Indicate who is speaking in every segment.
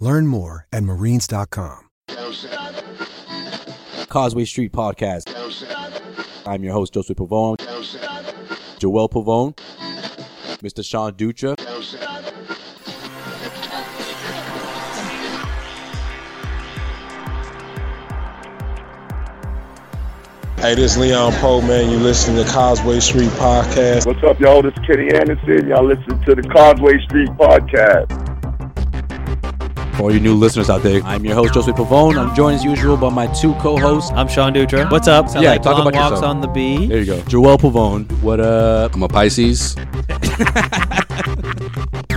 Speaker 1: Learn more at marines.com.
Speaker 2: Causeway Street Podcast. I'm your host, Joseph Pavone, Joel Pavone, Mr. Sean Dutra.
Speaker 3: Hey, this is Leon Poe, man. You listen to Causeway Street Podcast.
Speaker 4: What's up, y'all? This is Kenny Anderson. Y'all listen to the Causeway Street Podcast.
Speaker 2: For all you new listeners out there, I'm your host, Joseph Pavone. I'm joined as usual by my two co hosts.
Speaker 5: I'm Sean Dutra. What's up? I
Speaker 2: Yeah,
Speaker 5: like
Speaker 2: talk
Speaker 5: long
Speaker 2: about
Speaker 5: walks
Speaker 2: yourself.
Speaker 5: on the bee.
Speaker 2: There you go. Joel Pavone. What up?
Speaker 6: I'm a Pisces.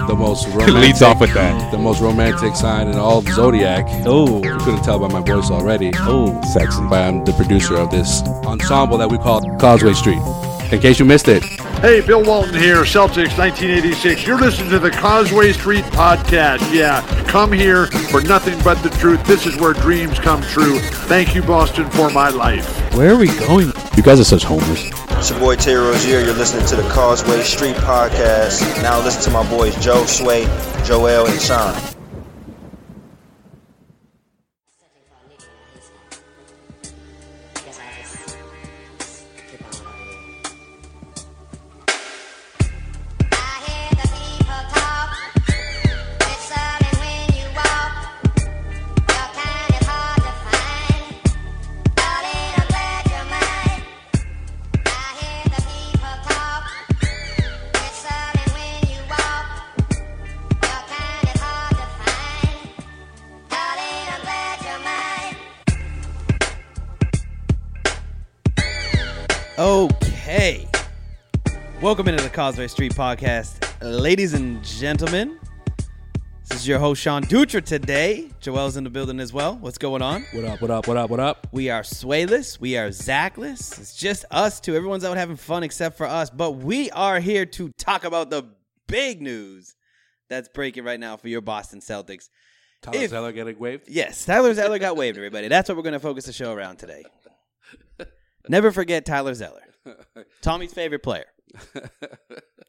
Speaker 6: the most romantic,
Speaker 3: Leads off with that.
Speaker 6: the most romantic sign in all of zodiac.
Speaker 5: Oh,
Speaker 6: You couldn't tell by my voice already. Oh, sexy. But I'm the producer of this ensemble that we call Causeway Street. In case you missed it,
Speaker 7: Hey, Bill Walton here, Celtics 1986. You're listening to the Causeway Street Podcast. Yeah, come here for nothing but the truth. This is where dreams come true. Thank you, Boston, for my life.
Speaker 5: where are we going?
Speaker 6: you guys are such homers.
Speaker 8: It's your boy Terry Rozier. You're listening to the Causeway Street Podcast. Now listen to my boys Joe Sway, Joel, and Sean.
Speaker 5: Okay. Welcome into the Causeway Street Podcast, ladies and gentlemen. This is your host, Sean Dutra, today. Joel's in the building as well. What's going on?
Speaker 6: What up? What up? What up? What up?
Speaker 5: We are swayless. We are Zachless. It's just us two. Everyone's out having fun except for us. But we are here to talk about the big news that's breaking right now for your Boston Celtics.
Speaker 6: Tyler
Speaker 5: If-
Speaker 6: Zeller getting waved.
Speaker 5: Yes, Tyler Zeller got waived, everybody. That's what we're going to focus the show around today. Never forget Tyler Zeller, Tommy's favorite player.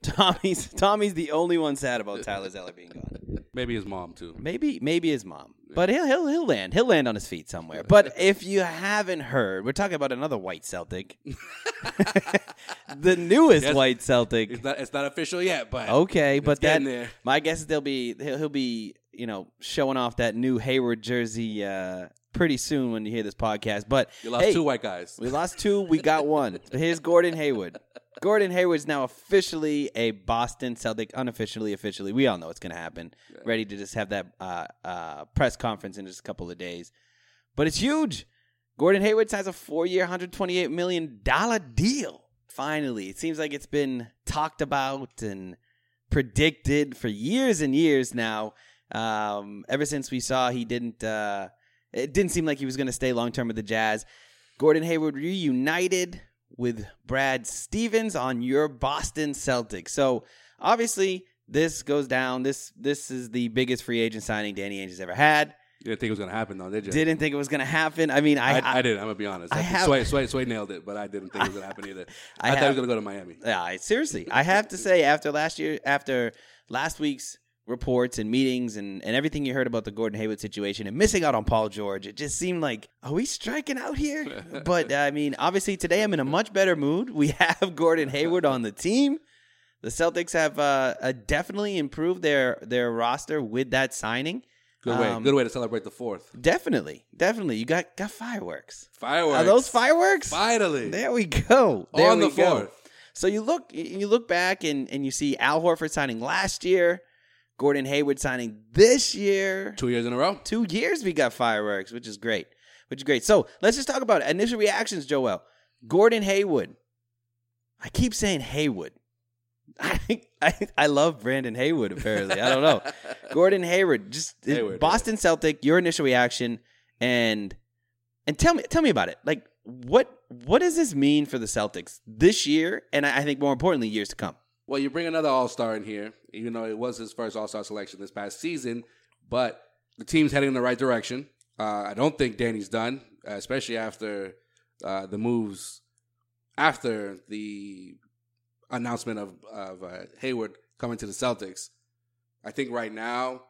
Speaker 5: Tommy's Tommy's the only one sad about Tyler Zeller being gone.
Speaker 6: Maybe his mom too.
Speaker 5: Maybe maybe his mom, but he'll he'll he'll land he'll land on his feet somewhere. But if you haven't heard, we're talking about another white Celtic, the newest
Speaker 6: Yes.
Speaker 5: white Celtic.
Speaker 6: It's not. It's not official yet, but
Speaker 5: Okay, but that
Speaker 6: getting there.
Speaker 5: my guess is they'll be he'll, he'll be you know showing off that new Hayward jersey uh, pretty soon when you hear this podcast. But
Speaker 6: you lost
Speaker 5: hey,
Speaker 6: two white guys.
Speaker 5: we lost two, we got one. Here's Gordon Hayward. Gordon Hayward's now officially a Boston Celtic, unofficially, officially. We all know it's going to happen. Ready to just have that uh, uh, press conference in just a couple of days, but it's huge. Gordon Hayward signs a four-year, hundred twenty-eight million dollar deal. Finally, it seems like it's been talked about and predicted for years and years now. Um, ever since we saw he didn't, uh, it didn't seem like he was going to stay long term with the Jazz. Gordon Hayward reunited with Brad Stevens on your Boston Celtics. So obviously, this goes down. This this is the biggest free agent signing Danny Ainge has ever had.
Speaker 6: You didn't think it was gonna happen, though, did you?
Speaker 5: Didn't think it was gonna happen. I mean, I
Speaker 6: I, I, didn't. I'm gonna be honest.
Speaker 5: I
Speaker 6: I
Speaker 5: have-
Speaker 6: Sway, Sway, Sway nailed it, but I didn't think it was gonna happen either. I,
Speaker 5: I
Speaker 6: thought
Speaker 5: have-
Speaker 6: he was gonna go to Miami.
Speaker 5: Yeah, I, seriously, I have to say, after last year, after last week's reports and meetings and, and everything you heard about the Gordon Hayward situation and missing out on Paul George, it just seemed like, are we striking out here? but I mean, obviously today I'm in a much better mood. We have Gordon Hayward on the team. The Celtics have uh, uh, definitely improved their their roster with that signing.
Speaker 6: Good way.
Speaker 5: Um,
Speaker 6: Good way to celebrate the fourth.
Speaker 5: Definitely, definitely. You got got fireworks.
Speaker 6: Fireworks.
Speaker 5: Are those fireworks?
Speaker 6: Finally.
Speaker 5: There we go. There
Speaker 6: On the
Speaker 5: we go.
Speaker 6: fourth.
Speaker 5: So you look you look back and, and you see Al Horford signing last year, Gordon Hayward signing this year.
Speaker 6: Two years in a row.
Speaker 5: Two years we got fireworks, which is great. Which is great. So let's just talk about it. initial reactions, Joel. Gordon Haywood. I keep saying Haywood. I, I I love Brandon Haywood, apparently. I don't know. Gordon Hayward, just
Speaker 6: Hayward,
Speaker 5: Boston Celtic, your initial reaction and and tell me tell me about it. Like what what does this mean for the Celtics this year and I, I think more importantly years to come?
Speaker 6: Well, you bring another All Star in here, even though it was his first All Star selection this past season, but the team's heading in the right direction. Uh, I don't think Danny's done, uh, especially after uh, the moves after the announcement of of uh, Hayward coming to the Celtics. I think right now,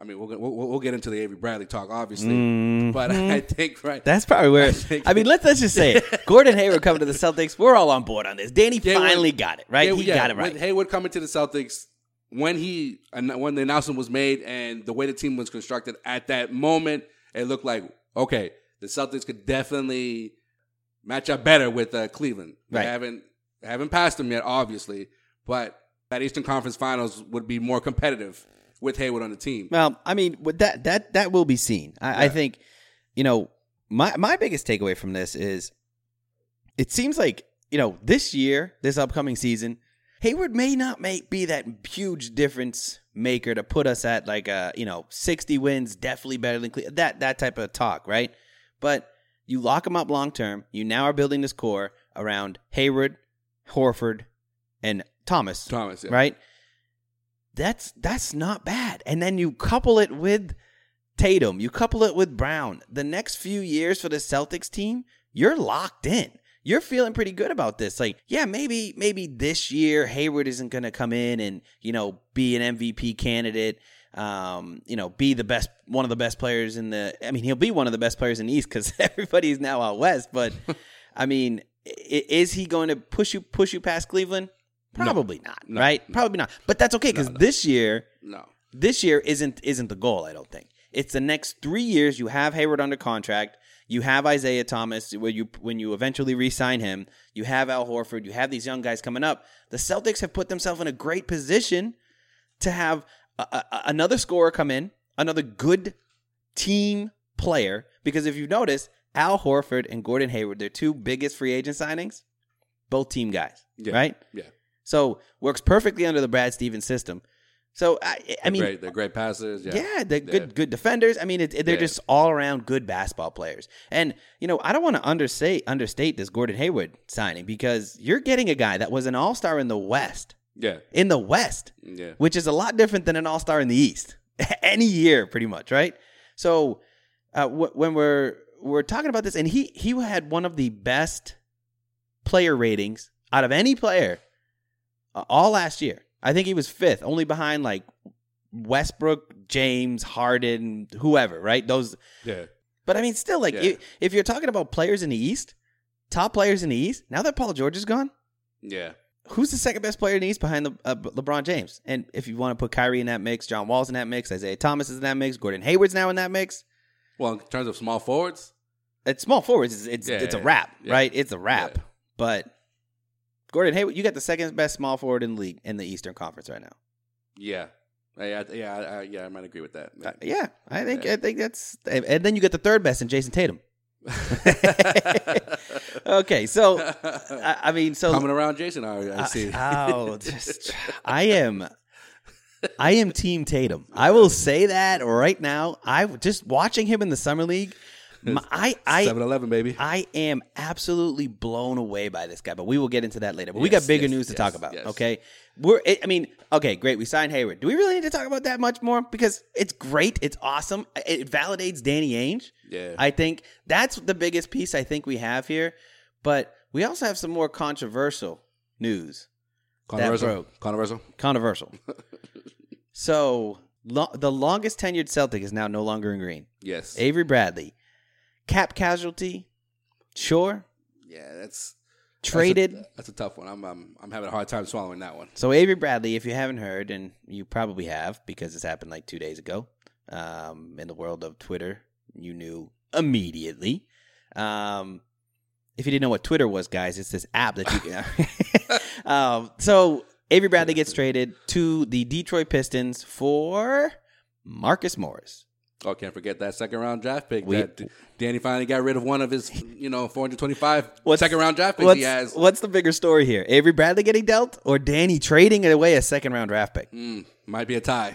Speaker 6: I mean, we'll we'll, we'll get into the Avery Bradley talk, obviously, but I think right
Speaker 5: That's probably where
Speaker 6: think-
Speaker 5: I mean let's let's just say it. Gordon Hayward coming to the Celtics, we're all on board on this. Danny
Speaker 6: Yeah, when-
Speaker 5: finally got it, right?
Speaker 6: Yeah,
Speaker 5: he
Speaker 6: yeah,
Speaker 5: got it right.
Speaker 6: When Hayward coming to the Celtics, when he when the announcement was made and the way the team was constructed at that moment, it looked like okay, the Celtics could definitely match up better with uh, Cleveland. They
Speaker 5: Right.
Speaker 6: haven't they haven't passed them yet, obviously, but that Eastern Conference Finals would be more competitive with Hayward on the team.
Speaker 5: Well, I mean, with that that that will be seen. I, I
Speaker 6: Yeah.
Speaker 5: think, you know, my my biggest takeaway from this is, it seems like you know this year, this upcoming season, Hayward may not make be that huge difference maker to put us at like a you know sixty wins, definitely better than Cle- that that type of talk, right? But you lock him up long term. You now are building this core around Hayward, Horford, and Thomas.
Speaker 6: Thomas, yeah.
Speaker 5: right? That's that's not bad. And then you couple it with Tatum, you couple it with Brown. The next few years for the Celtics team, you're locked in. You're feeling pretty good about this. Like, yeah, maybe maybe this year Hayward isn't going to come in and, you know, be an MVP candidate. Um, you know, be the best one of the best players in the I mean, he'll be one of the best players in the East cuz everybody's now out west, but I mean, i- i- is he going to push you push you past Cleveland? Probably not,
Speaker 6: No,
Speaker 5: right? Probably not. But that's okay cuz this year
Speaker 6: No,
Speaker 5: this year isn't isn't the goal. I don't think it's the next three years. You have Hayward under contract. You have Isaiah Thomas when you when you eventually re-sign him. You have Al Horford. You have these young guys coming up. The Celtics have put themselves in a great position to have a, a- another scorer come in, another good team player. Because if you notice, Al Horford and Gordon Hayward, their two biggest free agent signings, both team guys,
Speaker 6: Yeah.
Speaker 5: right?
Speaker 6: yeah,
Speaker 5: So works perfectly under the Brad Stevens system. So I, I
Speaker 6: They're
Speaker 5: mean,
Speaker 6: great. they're great passers. Yeah,
Speaker 5: yeah, they're good good defenders. I mean, it, it- they're
Speaker 6: Yeah.
Speaker 5: just all around good basketball players. And you know, I don't want to understate understate this Gordon Hayward signing because you're getting a guy that was an All Star in the West,
Speaker 6: yeah,
Speaker 5: in the West,
Speaker 6: yeah.
Speaker 5: which is a lot different than an All Star in the East any year, pretty much, right? So uh, wh- when we're we're talking about this, and he he had one of the best player ratings out of any player uh, all last year. I think he was fifth, only behind like Westbrook, James, Harden, whoever, right? Those,
Speaker 6: yeah.
Speaker 5: but I mean, still, like
Speaker 6: Yeah.
Speaker 5: if, if you're talking about players in the East, top players in the East. Now that Paul George is gone,
Speaker 6: Yeah.
Speaker 5: who's the second best player in the East behind Le- uh, LeBron James? And if you want to put Kyrie in that mix, John Wall's in that mix, Isaiah Thomas is in that mix, Gordon Hayward's now in that mix.
Speaker 6: Well, in terms of small forwards,
Speaker 5: At small forwards, it's it's,
Speaker 6: Yeah,
Speaker 5: it's a
Speaker 6: yeah,
Speaker 5: wrap,
Speaker 6: yeah.
Speaker 5: right? It's a wrap.
Speaker 6: Yeah.
Speaker 5: But Gordon Hayward, you got the second best small forward in the league in the Eastern Conference right now.
Speaker 6: yeah, yeah, I- yeah, I, I- yeah. I might agree with that.
Speaker 5: Uh, yeah, I think I think that's, and and then you get the third best in Jason Tatum. okay, so I, I mean, so
Speaker 6: Coming around, Jason. I, I
Speaker 5: Uh,
Speaker 6: see.
Speaker 5: oh, just I am. I am Team Tatum. I will say that right now. I just watching him in the summer league. My, I, I,
Speaker 6: 7-Eleven, baby.
Speaker 5: I am absolutely blown away by this guy, but we will get into that later. But we got bigger news to talk about. Okay, we're. I mean, okay, great. We signed Hayward. Do we really need to talk about that much more? Because it's great. It's awesome. It validates Danny Ainge.
Speaker 6: Yeah.
Speaker 5: I think that's the biggest piece I think we have here. But we also have some more controversial news.
Speaker 6: Controversial.
Speaker 5: broke.
Speaker 6: Controversial.
Speaker 5: Controversial. so lo- the longest tenured Celtic is now no longer in green.
Speaker 6: Yes.
Speaker 5: Avery Bradley, cap casualty, sure,
Speaker 6: Yeah, that's that's a-
Speaker 5: traded.
Speaker 6: That's a, tough one. I'm, I'm I'm having a hard time swallowing that one.
Speaker 5: So Avery Bradley, if you haven't heard, and you probably have because this happened like two days ago, um, in the world of Twitter, you knew immediately. Um, if you didn't know what Twitter was, guys, it's this app that you can. um, so Avery Bradley gets traded to the Detroit Pistons for Marcus Morris.
Speaker 6: Oh, can't forget that second round draft pick.
Speaker 5: We-
Speaker 6: that Danny finally got rid of one of his, you know, 425
Speaker 5: What's-
Speaker 6: second round draft picks
Speaker 5: What's,
Speaker 6: he has.
Speaker 5: what's the bigger story here? Avery Bradley getting dealt or Danny trading away a second round draft pick?
Speaker 6: Mm, might be a tie.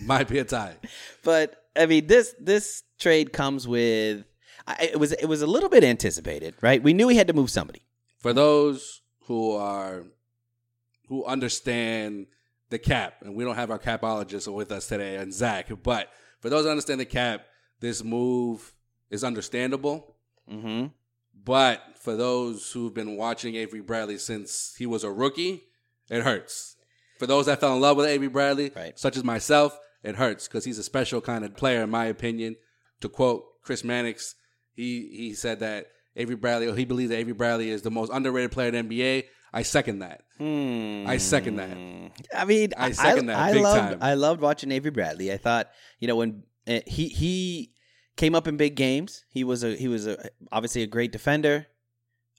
Speaker 6: might be a tie.
Speaker 5: But I mean, this this trade comes with I, it was it was a little bit anticipated, right? We knew he had to move somebody.
Speaker 6: For those who are who understand the cap, and we don't have our capologist with us today and Zach, but for those that understand the cap, this move is understandable.
Speaker 5: Mm-hmm.
Speaker 6: But for those who've been watching Avery Bradley since he was a rookie, it hurts. For those that fell in love with Avery Bradley,
Speaker 5: Right.
Speaker 6: such as myself, it hurts because he's a special kind of player, in my opinion. To quote Chris Mannix, he, he said that Avery Bradley, or he believes that Avery Bradley is the most underrated player in the NBA. I second that. I second that.
Speaker 5: I mean,
Speaker 6: I second that
Speaker 5: I
Speaker 6: big
Speaker 5: loved
Speaker 6: time.
Speaker 5: I loved watching Avery Bradley. I thought you know when uh, he he came up in big games, he was a he was a, obviously a great defender.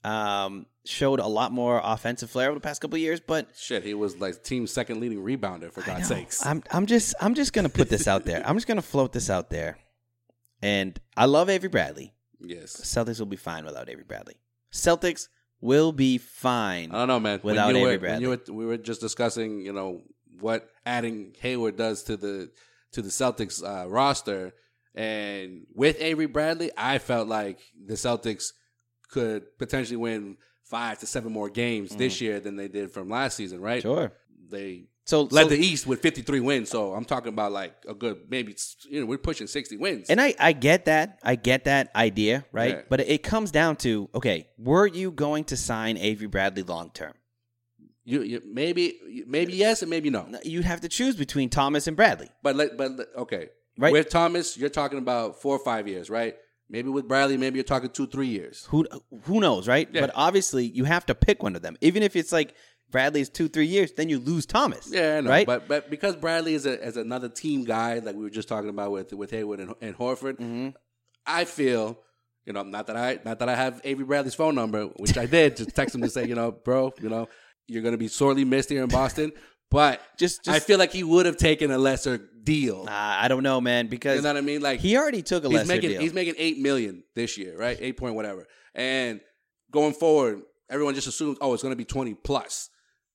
Speaker 5: Um, showed a lot more offensive flair over the past couple of years, but
Speaker 6: Shit, he was like team's second leading rebounder for God's
Speaker 5: know.
Speaker 6: sakes.
Speaker 5: I'm I'm just I'm just gonna put this out there. I'm just gonna float this out there. And I love Avery Bradley.
Speaker 6: yes,
Speaker 5: Celtics will be fine without Avery Bradley. Celtics will be fine.
Speaker 6: I don't know, man. When
Speaker 5: Without
Speaker 6: you were-
Speaker 5: Avery
Speaker 6: when you were- we were just discussing, you know, what adding Hayward does to the to the Celtics uh, roster, and with Avery Bradley, I felt like the Celtics could potentially win five to seven more games this year than they did from last season, right?
Speaker 5: Mm-hmm. Sure.
Speaker 6: They
Speaker 5: So
Speaker 6: led
Speaker 5: so-
Speaker 6: the East with fifty three wins, so I'm talking about like a good maybe you know we're pushing sixty wins.
Speaker 5: And I, I get that. I get that idea, right?
Speaker 6: Yeah.
Speaker 5: But it comes down to okay, were you going to sign Avery Bradley long term?
Speaker 6: you, you maybe maybe yes and maybe no.
Speaker 5: You'd have to choose between Thomas and Bradley.
Speaker 6: But let, but let- okay,
Speaker 5: Right.
Speaker 6: With Thomas, you're talking about four or five years, right? Maybe with Bradley, maybe you're talking two, three years.
Speaker 5: Who who knows, right?
Speaker 6: Yeah.
Speaker 5: But obviously, you have to pick one of them. Even if it's like Bradley's two three years, then you lose Thomas.
Speaker 6: Yeah, I know.
Speaker 5: right.
Speaker 6: But but because Bradley is a as another team guy, like we were just talking about with with Hayward and, and Horford, I feel. You know, not that I not that I have Avery Bradley's phone number, which I did, just text him to say, you know, bro, you know, you're gonna be sorely missed here in Boston. But
Speaker 5: Just-
Speaker 6: I
Speaker 5: just-
Speaker 6: feel like he would have taken a lesser deal.
Speaker 5: Nah, I don't know, man, because
Speaker 6: You know what I mean? Like
Speaker 5: he already took a
Speaker 6: he's
Speaker 5: lesser
Speaker 6: making
Speaker 5: deal.
Speaker 6: he's making eight million this year, right? Eight point whatever. And going forward, everyone just assumes, oh, it's going to be twenty plus.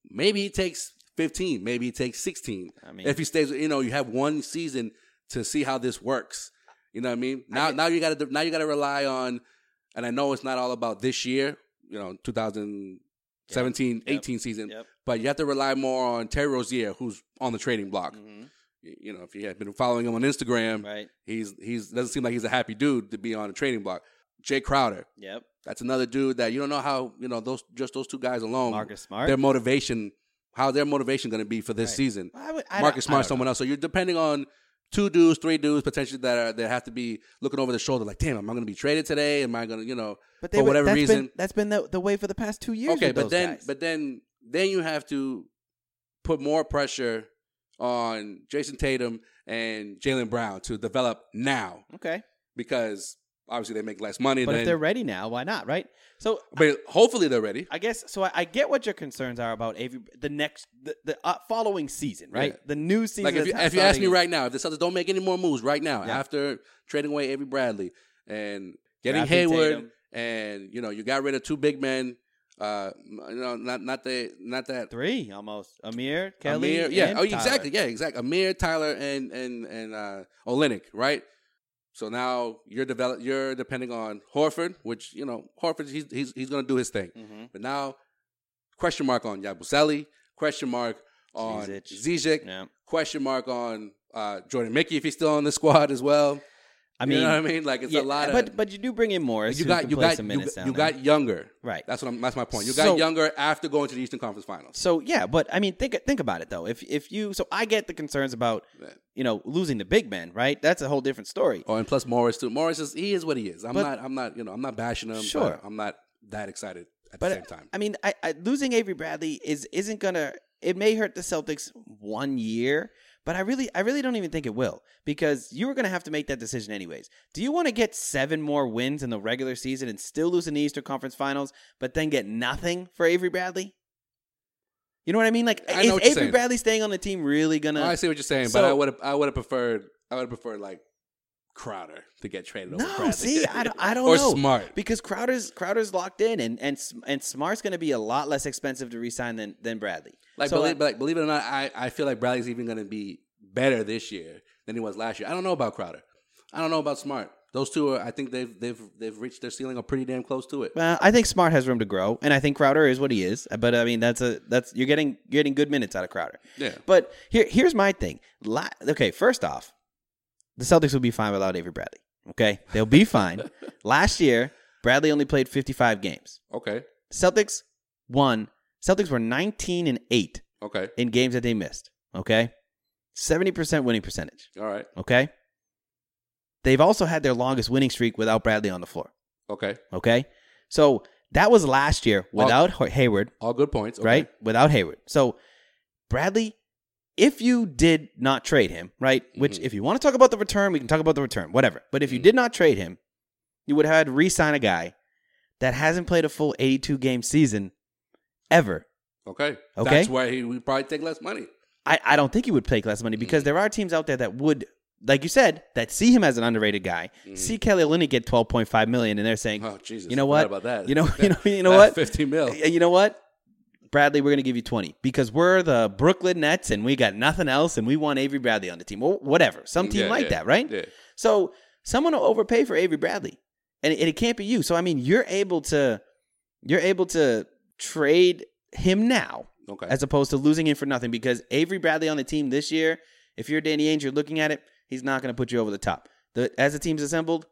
Speaker 6: Maybe he takes fifteen. Maybe he takes sixteen. I
Speaker 5: mean-
Speaker 6: mean, if he stays, you know, you have one season to see how this works. You know what I mean? Now, now you got to now you got to rely on, and I know it's not all about this year. You know, 2017, 18 season,
Speaker 5: Yep.
Speaker 6: but you have to rely more on Terry Rozier, who's on the trading block. Y- You know, if you have been following him on Instagram,
Speaker 5: Mm-hmm. right.
Speaker 6: He's he's doesn't seem like he's a happy dude to be on a trading block. Jay Crowder,
Speaker 5: Yep.
Speaker 6: that's another dude that you don't know how you know those just those two guys alone.
Speaker 5: Marcus Smart.
Speaker 6: their motivation, how their motivation going to be for this season.
Speaker 5: I would- I don't-
Speaker 6: Marcus
Speaker 5: I don't
Speaker 6: Smart, someone else. So you're depending on two dudes, three dudes potentially that are that have to be looking over the shoulder, like, damn, am I going to be traded today? Am I going to you know
Speaker 5: But they
Speaker 6: for
Speaker 5: were-
Speaker 6: whatever
Speaker 5: that's been-
Speaker 6: reason?
Speaker 5: that's been the, the way for the past two years.
Speaker 6: okay,
Speaker 5: with
Speaker 6: but
Speaker 5: those
Speaker 6: then
Speaker 5: guys.
Speaker 6: but then then you have to put more pressure on Jason Tatum and Jalen Brown to develop now
Speaker 5: okay,
Speaker 6: because obviously they make less money.
Speaker 5: but
Speaker 6: than,
Speaker 5: if they're ready now, why not? Right. So
Speaker 6: but hopefully they're ready.
Speaker 5: I guess so. I, I get what your concerns are about Avery. The next, the, the uh, following season, right?
Speaker 6: Yeah.
Speaker 5: The new season.
Speaker 6: Like if
Speaker 5: that's
Speaker 6: you,
Speaker 5: not
Speaker 6: if you ask me
Speaker 5: starting-
Speaker 6: right now, if the Celtics don't make any more moves right now
Speaker 5: Yeah.
Speaker 6: after trading away Avery Bradley and getting
Speaker 5: Drafting
Speaker 6: Hayward,
Speaker 5: Tatum.
Speaker 6: and you know you got rid of two big men, uh, you know not not the not that
Speaker 5: three almost Amir Kelly,
Speaker 6: Amir, yeah,
Speaker 5: and
Speaker 6: oh
Speaker 5: Tyler.
Speaker 6: exactly, yeah, exactly. Amir, Tyler, and and and uh, Olenek, right? So now you're develop you're depending on Horford, which you know Horford he's he's, he's going to do his thing.
Speaker 5: Mm-hmm.
Speaker 6: But now question mark on Yabusele, question mark on
Speaker 5: Zizic.
Speaker 6: Zizek,
Speaker 5: Yeah.
Speaker 6: question mark on uh, Jordan Mickey if he's still on the squad as well.
Speaker 5: I
Speaker 6: You
Speaker 5: mean,
Speaker 6: know what I mean? Like, it's a lot of-
Speaker 5: But but you do bring in Morris.
Speaker 6: You
Speaker 5: who
Speaker 6: got
Speaker 5: can
Speaker 6: you
Speaker 5: play
Speaker 6: got
Speaker 5: some
Speaker 6: you,
Speaker 5: minutes
Speaker 6: got-
Speaker 5: down
Speaker 6: you
Speaker 5: there.
Speaker 6: got younger.
Speaker 5: Right.
Speaker 6: That's what I'm, that's my point. You got
Speaker 5: So-
Speaker 6: younger after going to the Eastern Conference Finals.
Speaker 5: So yeah, but I mean, think think about it though. If if you so I get the concerns about you know losing the big men, right? That's a whole different story.
Speaker 6: Oh, and plus Morris too. Morris is he is what he is. I'm
Speaker 5: But-
Speaker 6: not I'm not you know I'm not bashing him. but
Speaker 5: Sure.
Speaker 6: I'm not that excited at
Speaker 5: But
Speaker 6: the same time.
Speaker 5: I mean, I, I losing Avery Bradley is isn't gonna. It may hurt the Celtics one year, but I really I really don't even think it will because you were gonna have to make that decision anyways. Do you want to get seven more wins in the regular season and still lose in the Eastern Conference Finals, but then get nothing for Avery Bradley? You know what I mean? Like,
Speaker 6: I
Speaker 5: is
Speaker 6: know what you're
Speaker 5: Avery
Speaker 6: saying.
Speaker 5: Bradley staying on the team really gonna?
Speaker 6: I see what you're saying,
Speaker 5: So-
Speaker 6: but I would have I would have preferred I would have preferred like Crowder to get traded over.
Speaker 5: No,
Speaker 6: Bradley.
Speaker 5: see, I don't, I don't
Speaker 6: or
Speaker 5: know.
Speaker 6: Smart.
Speaker 5: because Crowder's Crowder's locked in, and and S- and Smart's going to be a lot less expensive to resign than than Bradley.
Speaker 6: Like,
Speaker 5: So,
Speaker 6: believe,
Speaker 5: uh,
Speaker 6: like believe it or not, I, I feel like Bradley's even going to be better this year than he was last year. I don't know about Crowder. I don't know about Smart. Those two are I think they've they've they've reached their ceiling or pretty damn close to it.
Speaker 5: well, I think Smart has room to grow, and I think Crowder is what he is. But I mean, that's a that's you're getting you're getting good minutes out of Crowder.
Speaker 6: Yeah.
Speaker 5: But here here's my thing. La- okay, first off, the Celtics will be fine without Avery Bradley. Okay, they'll be fine. Last year, Bradley only played 55 games.
Speaker 6: Okay.
Speaker 5: Celtics won. Celtics were 19 and eight
Speaker 6: Okay.
Speaker 5: in games that they missed. Okay, 70% winning percentage.
Speaker 6: All right.
Speaker 5: Okay. They've also had their longest winning streak without Bradley on the floor.
Speaker 6: Okay.
Speaker 5: Okay. So that was last year without Ho- Hayward,
Speaker 6: All good points. Okay.
Speaker 5: right? Without Hayward. So Bradley, if you did not trade him, right? Which, if you want to talk about the return, we can talk about the return, whatever. But if you did not trade him, you would have had to re sign a guy that hasn't played a full 82 game season ever.
Speaker 6: Okay.
Speaker 5: Okay.
Speaker 6: That's why he would probably take less money.
Speaker 5: I, I don't think he would take less money
Speaker 6: Mm-hmm.
Speaker 5: because there are teams out there that would, like you said, that see him as an underrated guy. See Kelly Olynyk get twelve point five million, and they're saying,
Speaker 6: Mm-hmm. Oh Jesus.
Speaker 5: you know
Speaker 6: I forgot
Speaker 5: what?
Speaker 6: About that.
Speaker 5: You know, you know, you know
Speaker 6: That
Speaker 5: what?
Speaker 6: 50 mil.
Speaker 5: You know what? Bradley, we're going to give you twenty because we're the Brooklyn Nets and we got nothing else, and we want Avery Bradley on the team or whatever. Some team
Speaker 6: Yeah,
Speaker 5: like
Speaker 6: yeah,
Speaker 5: that, right?
Speaker 6: yeah.
Speaker 5: So someone will overpay for Avery Bradley, and it, and it can't be you. So I mean, you're able to, you're able to trade him now
Speaker 6: Okay.
Speaker 5: as opposed to losing him for nothing because Avery Bradley on the team this year, if you're Danny Ainge, you're looking at it, he's not going to put you over the top. The, as the team's assembled,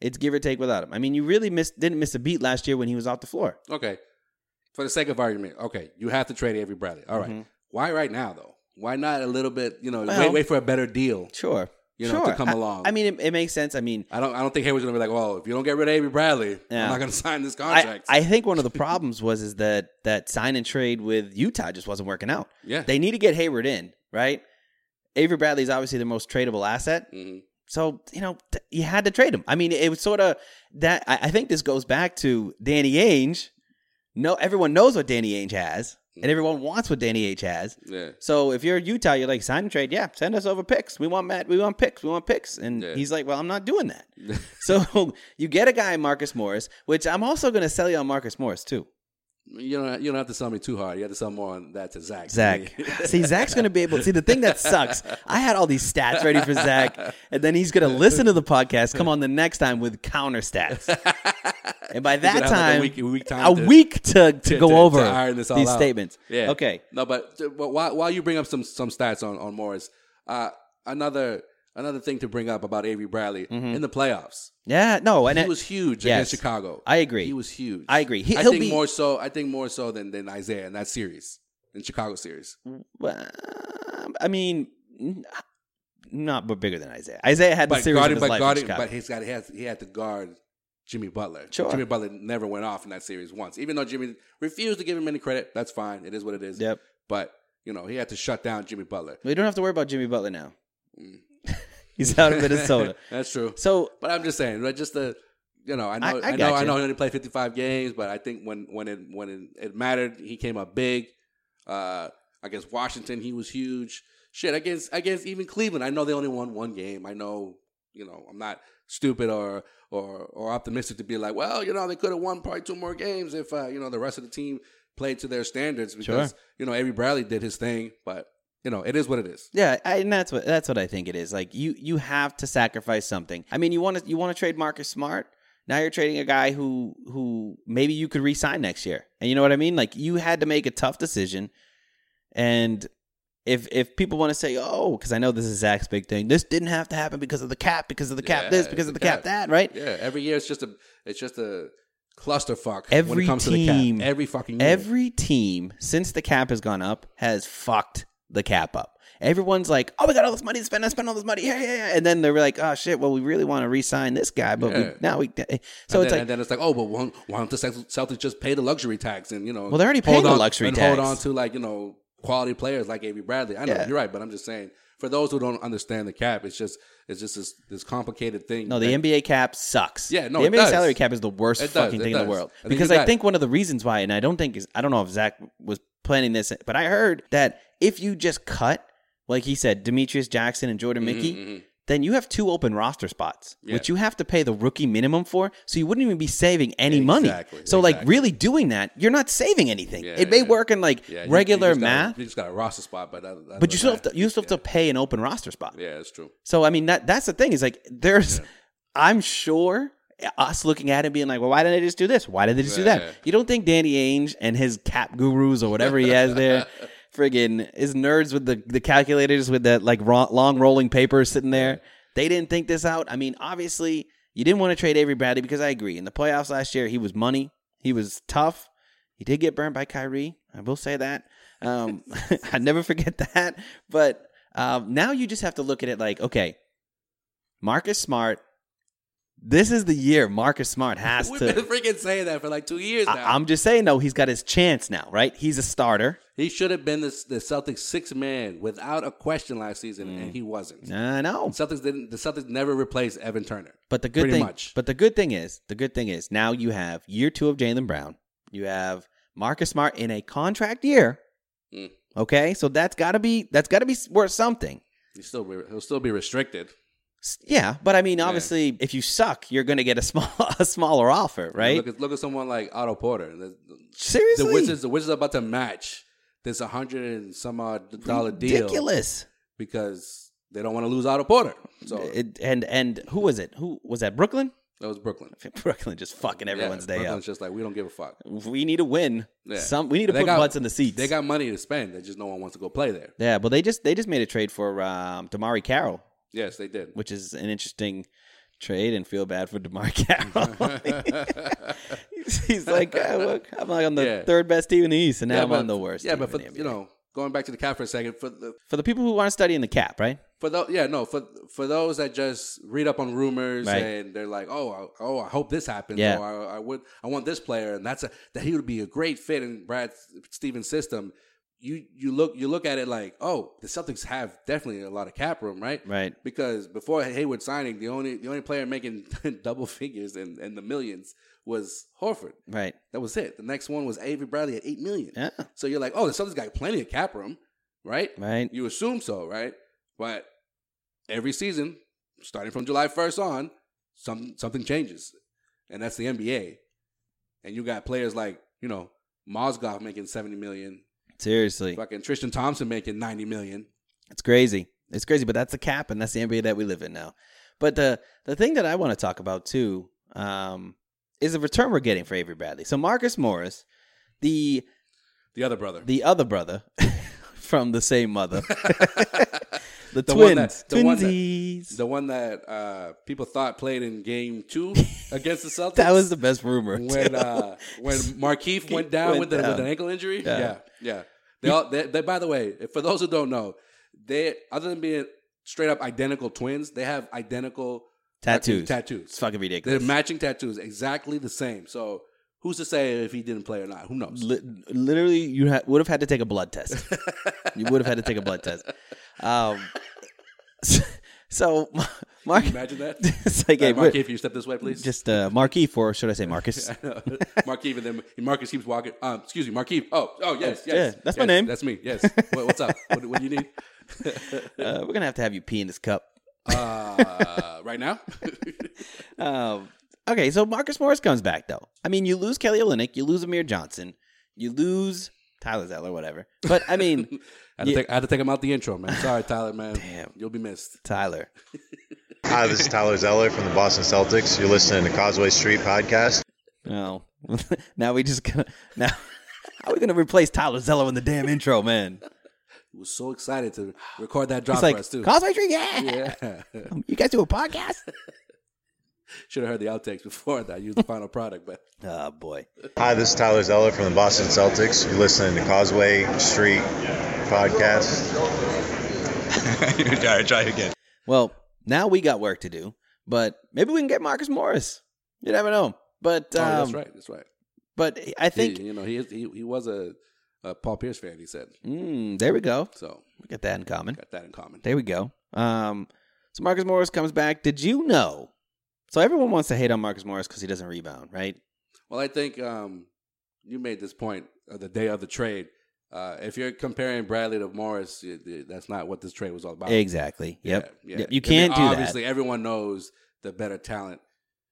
Speaker 5: it's give or take without him. I mean, you really missed, didn't miss a beat last year when he was off the floor.
Speaker 6: Okay. For the sake of argument, okay, you have to trade Avery Bradley. All right. Why right now though? Why not a little bit? You know,
Speaker 5: Mm-hmm. Well-
Speaker 6: wait, wait for a better deal.
Speaker 5: Sure.
Speaker 6: You know, to
Speaker 5: Sure.
Speaker 6: come
Speaker 5: I-
Speaker 6: along.
Speaker 5: I mean, it, it makes sense. I mean,
Speaker 6: I don't. I don't think Hayward's gonna be like, well, if you don't get rid of Avery Bradley,
Speaker 5: Yeah.
Speaker 6: I'm not gonna sign this
Speaker 5: I,
Speaker 6: contract.
Speaker 5: I think one of the problems was is that that sign and trade with Utah just wasn't working out.
Speaker 6: Yeah.
Speaker 5: They need to get Hayward in, right? Avery Bradley is obviously their most tradable asset.
Speaker 6: Mhm.
Speaker 5: So, you know, th- you had to trade him. I mean, it was sort of that. I, I think this goes back to Danny Ainge. No, everyone knows what Danny Ainge has, and everyone wants what Danny Ainge has.
Speaker 6: Yeah.
Speaker 5: So if you're Utah, you're like, sign and trade. Yeah, send us over picks. We want Matt. We want picks. We want picks. And
Speaker 6: Yeah.
Speaker 5: he's like, well, I'm not doing that. so you get a guy, Marcus Morris, which I'm also going to sell you on Marcus Morris, too.
Speaker 6: You don't. You don't have to sell me too hard. You have to sell more on that to Zach.
Speaker 5: Zach. see, Zach's going to be able see the thing that sucks. I had all these stats ready for Zach, and then he's going to listen to the podcast, come on the next time with counter stats. And by
Speaker 6: gonna
Speaker 5: that
Speaker 6: have, like, a
Speaker 5: time,
Speaker 6: week- a week time
Speaker 5: a
Speaker 6: to-
Speaker 5: week to, to, go over
Speaker 6: iron this all
Speaker 5: these
Speaker 6: out.
Speaker 5: statements.
Speaker 6: Yeah.
Speaker 5: Okay.
Speaker 6: No, but, but while, while you bring up some some stats on on Morris, uh, another another thing to bring up about Avery Bradley in the playoffs,
Speaker 5: Yeah. No. Mm-hmm. And
Speaker 6: he
Speaker 5: it-
Speaker 6: was huge
Speaker 5: Yes.
Speaker 6: against Chicago.
Speaker 5: I agree.
Speaker 6: He was huge.
Speaker 5: I agree. He-
Speaker 6: I
Speaker 5: he'll
Speaker 6: think
Speaker 5: be-
Speaker 6: more so. I think more so than than Isaiah in that series in Chicago series.
Speaker 5: Well, I mean, n- not but bigger than Isaiah. Isaiah had the
Speaker 6: But
Speaker 5: series of
Speaker 6: guarding,
Speaker 5: his
Speaker 6: but
Speaker 5: life in
Speaker 6: guarding,
Speaker 5: Chicago.
Speaker 6: but he's got he has he had to guard. Jimmy Butler.
Speaker 5: Sure.
Speaker 6: Jimmy Butler never went off in that series once. Even though Jimmy refused to give him any credit, that's fine. It is what it is.
Speaker 5: Yep.
Speaker 6: But, you know, he had to shut down Jimmy Butler.
Speaker 5: we don't have to worry about Jimmy Butler now.
Speaker 6: Mm.
Speaker 5: He's out of Minnesota.
Speaker 6: that's true.
Speaker 5: So
Speaker 6: But I'm just saying, like, just the you know, I know,
Speaker 5: I-
Speaker 6: I,
Speaker 5: I
Speaker 6: know,
Speaker 5: gotcha.
Speaker 6: I know, he only played 55 games, but I think when when it when it, it mattered, he came up big. Uh, against Washington, he was huge. Shit, against against even Cleveland, I know they only won one game. I know, you know, I'm not stupid or or or optimistic to be like, well, you know, they could have won probably two more games if uh, you know the rest of the team played to their standards because you know Avery Bradley did his thing, but you know, it is what it is.
Speaker 5: Yeah, I, and that's what that's what I think it is. Like you you have to sacrifice something. I mean, you want to you want to trade Marcus Smart. Now you're trading a guy who who maybe you could re-sign next year. And you know what I mean? Like you had to make a tough decision. And if if people want to say, "Oh, cuz I know this is Zach's big thing. This didn't have to happen because of the cap, because of the cap this,
Speaker 6: Yeah,
Speaker 5: because of the cap, that," right?
Speaker 6: Yeah, every year it's just a it's just a clusterfuck when
Speaker 5: Every
Speaker 6: it comes to the
Speaker 5: team,
Speaker 6: cap. Every fucking year.
Speaker 5: every team since the cap has gone up has fucked the cap up. Everyone's like, "Oh, we got all this money to spend. I spent all this money. Yeah, yeah, yeah." And then they're like, "Oh shit! Well, we really want to re-sign this guy, but we,
Speaker 6: Yeah.
Speaker 5: now we." eh."
Speaker 6: so
Speaker 5: So
Speaker 6: and
Speaker 5: it's
Speaker 6: then,
Speaker 5: like,
Speaker 6: and then it's like, oh, but why, why don't the Celt- Celtics just pay the luxury tax and you know?
Speaker 5: Well, they're already
Speaker 6: hold
Speaker 5: paying the
Speaker 6: on-
Speaker 5: luxury
Speaker 6: and
Speaker 5: tax.
Speaker 6: Hold on to like you know quality players like Avery Bradley. I know
Speaker 5: Yeah.
Speaker 6: you're right, but I'm just saying for those who don't understand the cap, it's just it's just this, this complicated thing.
Speaker 5: No, the
Speaker 6: that-
Speaker 5: NBA cap sucks.
Speaker 6: Yeah, no,
Speaker 5: the
Speaker 6: it
Speaker 5: NBA
Speaker 6: does.
Speaker 5: salary cap is the worst
Speaker 6: It does,
Speaker 5: fucking
Speaker 6: it
Speaker 5: thing in
Speaker 6: does.
Speaker 5: the world.
Speaker 6: I think
Speaker 5: because
Speaker 6: you
Speaker 5: I
Speaker 6: got
Speaker 5: think one of the reasons why, and I don't think is, I don't know if Zach was planning this, but I heard that if you just cut, like he said, Demetrius Jackson and Jordan
Speaker 6: Mm-hmm,
Speaker 5: Mickey, then you have two open roster spots, which you have to pay the rookie minimum for. So you wouldn't even be saving any
Speaker 6: Exactly,
Speaker 5: money. So like
Speaker 6: exactly.
Speaker 5: really doing that, you're not saving anything.
Speaker 6: Yeah,
Speaker 5: it may
Speaker 6: yeah.
Speaker 5: work in like
Speaker 6: yeah, you-
Speaker 5: regular
Speaker 6: you just gotta-
Speaker 5: math,
Speaker 6: you just got a roster spot, but other- other
Speaker 5: but you
Speaker 6: than
Speaker 5: still have
Speaker 6: that-
Speaker 5: to, you still have to pay an open roster spot.
Speaker 6: Yeah, it's true.
Speaker 5: So I mean that that's the thing is like there's I'm sure us looking at it and being like, well, why didn't they just do this? Why did they just do
Speaker 6: Yeah.
Speaker 5: that? You don't think Danny Ainge and his cap gurus or whatever he has there, friggin' is nerds with the the calculators with that like ro- long rolling paper sitting there? They didn't think this out. I mean, obviously you didn't want to trade Avery Bradley because I agree in the playoffs last year he was money, he was tough, he did get burned by Kyrie. I will say that. Um, I never forget that. But um, now you just have to look at it like, okay, Marcus Smart. This is the year Marcus Smart has
Speaker 6: We've been
Speaker 5: to.
Speaker 6: freaking saying that for like two years now.
Speaker 5: I, am just saying, though, he's got his chance now, right? He's a starter.
Speaker 6: he should have been the, the Celtics sixth man without a question last season, and he wasn't.
Speaker 5: I know.
Speaker 6: Celtics didn't. The Celtics never replaced Evan Turner.
Speaker 5: But the good
Speaker 6: Pretty
Speaker 5: thing,
Speaker 6: much.
Speaker 5: but the good thing is, the good thing is, now you have year two of Jalen Brown. You have Marcus Smart in a contract year.
Speaker 6: Mm.
Speaker 5: Okay, so that's got to be that's got to be worth something.
Speaker 6: He's still re- he'll still be restricted.
Speaker 5: S- Yeah, but I mean, obviously, if you suck, you're going to get a small a smaller offer, right?
Speaker 6: Look at look at someone like Otto Porter. The,
Speaker 5: Seriously,
Speaker 6: the Wizards the Wizards are about to match this hundred and some odd dollar deal
Speaker 5: ridiculous.
Speaker 6: because they don't want to lose Otto Porter. So
Speaker 5: It- and and who was it? Who was that? Brooklyn.
Speaker 6: that was Brooklyn.
Speaker 5: Brooklyn just fucking everyone's
Speaker 6: yeah,
Speaker 5: day
Speaker 6: Brooklyn's just like we don't give a fuck.
Speaker 5: up. We need a win.
Speaker 6: Yeah.
Speaker 5: Some we need to
Speaker 6: They
Speaker 5: put
Speaker 6: got-
Speaker 5: butts in the seats.
Speaker 6: They got money to spend. They just no one wants to go play there.
Speaker 5: yeah, well, they just they just made a trade for um, Damari Carroll,
Speaker 6: Yes, they did.
Speaker 5: which is an interesting trade, and feel bad for Damari Carroll. He's- He's like, "Ah, look, I'm like on the
Speaker 6: Yeah.
Speaker 5: third best team in the East, and now
Speaker 6: Yeah,
Speaker 5: I'm
Speaker 6: but-
Speaker 5: on the worst.
Speaker 6: Yeah,
Speaker 5: team
Speaker 6: but for
Speaker 5: in the
Speaker 6: you
Speaker 5: NBA."
Speaker 6: know, going back to the cap for a second, for the
Speaker 5: for the people who want to study in the cap, right?
Speaker 6: for those yeah no for for those that just read up on rumors
Speaker 5: Right.
Speaker 6: and they're like oh I, oh I hope this happens
Speaker 5: Yeah.
Speaker 6: or I, I would I want this player and that's a that he would be a great fit in Brad Stevens system you you look you look at it like oh the Celtics have definitely a lot of cap room right
Speaker 5: Right.
Speaker 6: because before Hayward signing the only the only player making double figures and and the millions was Horford
Speaker 5: Right.
Speaker 6: that was it the next one was Avery Bradley at eight million
Speaker 5: Yeah.
Speaker 6: so you're like oh the Celtics got plenty of cap room right
Speaker 5: Right.
Speaker 6: you assume so, right? But every season, starting from July 1st on, some, something changes. And that's the NBA. And you got players like, you know, Mozgov making 70 million,
Speaker 5: Seriously.
Speaker 6: fucking Tristan Thompson making 90 million.
Speaker 5: It's crazy. It's crazy, but that's the cap and that's the NBA that we live in now. But the the thing that I want to talk about too um, is the return we're getting for Avery Bradley. So Marcus Morris, the
Speaker 6: The other brother.
Speaker 5: the other brother from the same mother,
Speaker 6: The
Speaker 5: the, twins,
Speaker 6: one that- the one that-
Speaker 5: twinsies.
Speaker 6: the one that uh, people thought played in game two against the Celtics.
Speaker 5: that was the best rumor.
Speaker 6: when
Speaker 5: too.
Speaker 6: uh, when Markeith went down
Speaker 5: went
Speaker 6: with, the, with
Speaker 5: down.
Speaker 6: an ankle injury.
Speaker 5: Yeah.
Speaker 6: Yeah, yeah. They all. They, they, by the way, for those who don't know, they other than being straight up identical twins, they have identical
Speaker 5: tattoos,
Speaker 6: tattoos.
Speaker 5: It's fucking
Speaker 6: They're
Speaker 5: ridiculous.
Speaker 6: matching tattoos, exactly the same. So who's to say if he didn't play or not? Who knows?
Speaker 5: Li- literally, you ha- would have had to take a blood test. you would have had to take a blood test. Um, so, Mar- Mark,
Speaker 6: Imagine that.
Speaker 5: it's like, hey,
Speaker 6: uh, Markeith,
Speaker 5: wait,
Speaker 6: if you step this way, please.
Speaker 5: just uh, Markeith, or should I say Marcus?
Speaker 6: Markeith, and then Marcus keeps walking. Um, excuse me, Markeith. Oh, oh, yes, yes,
Speaker 5: Yeah, that's my
Speaker 6: yes,
Speaker 5: name.
Speaker 6: That's me. Yes. what, what's up? What, what do you need?
Speaker 5: uh, we're gonna have to have you pee in this cup.
Speaker 6: Uh, right now.
Speaker 5: Um, okay, so Marcus Morris comes back though. I mean, you lose Kelly Olynyk, you lose Amir Johnson, you lose Tyler Zeller, whatever. But I mean,
Speaker 6: I had, to
Speaker 5: yeah,
Speaker 6: take, I had to take him out the intro, man. Sorry, Tyler, man.
Speaker 5: Damn.
Speaker 6: You'll be missed.
Speaker 5: Tyler.
Speaker 9: Hi, this is Tyler Zeller from the Boston Celtics. You're listening to Causeway Street Podcast.
Speaker 5: Oh, now we just gonna now. How are we gonna replace Tyler Zeller in the damn intro, man?
Speaker 6: He was so excited to record that drop
Speaker 5: It's
Speaker 6: for
Speaker 5: like
Speaker 6: us, too.
Speaker 5: Causeway Street, yeah.
Speaker 6: Yeah.
Speaker 5: You guys do a podcast?
Speaker 6: Should have heard the outtakes before that. Use the final product, but
Speaker 5: oh, boy.
Speaker 9: Hi, this is Tyler Zeller from the Boston Celtics. You're listening to Causeway Street Podcast.
Speaker 5: try, try it again. Well, now we got work to do, but maybe we can get Marcus Morris. You never know. But
Speaker 6: Oh,
Speaker 5: um,
Speaker 6: that's right. That's right.
Speaker 5: But I think
Speaker 6: He- you know he is, he he was a, a Paul Pierce fan. He said
Speaker 5: Mm, there we go.
Speaker 6: so.
Speaker 5: We got that in common.
Speaker 6: Got that in common.
Speaker 5: There we go. Um, so Marcus Morris comes back. Did you know? So everyone wants to hate on Marcus Morris because he doesn't rebound, right?
Speaker 6: Well, I think um, you made this point uh, the day of the trade. Uh, if you're comparing Bradley to Morris, you- you- that's not what this trade was all about.
Speaker 5: Exactly. Yep.
Speaker 6: Yeah, yeah.
Speaker 5: Yep. You
Speaker 6: I mean,
Speaker 5: can't do
Speaker 6: Obviously, everyone knows the better talent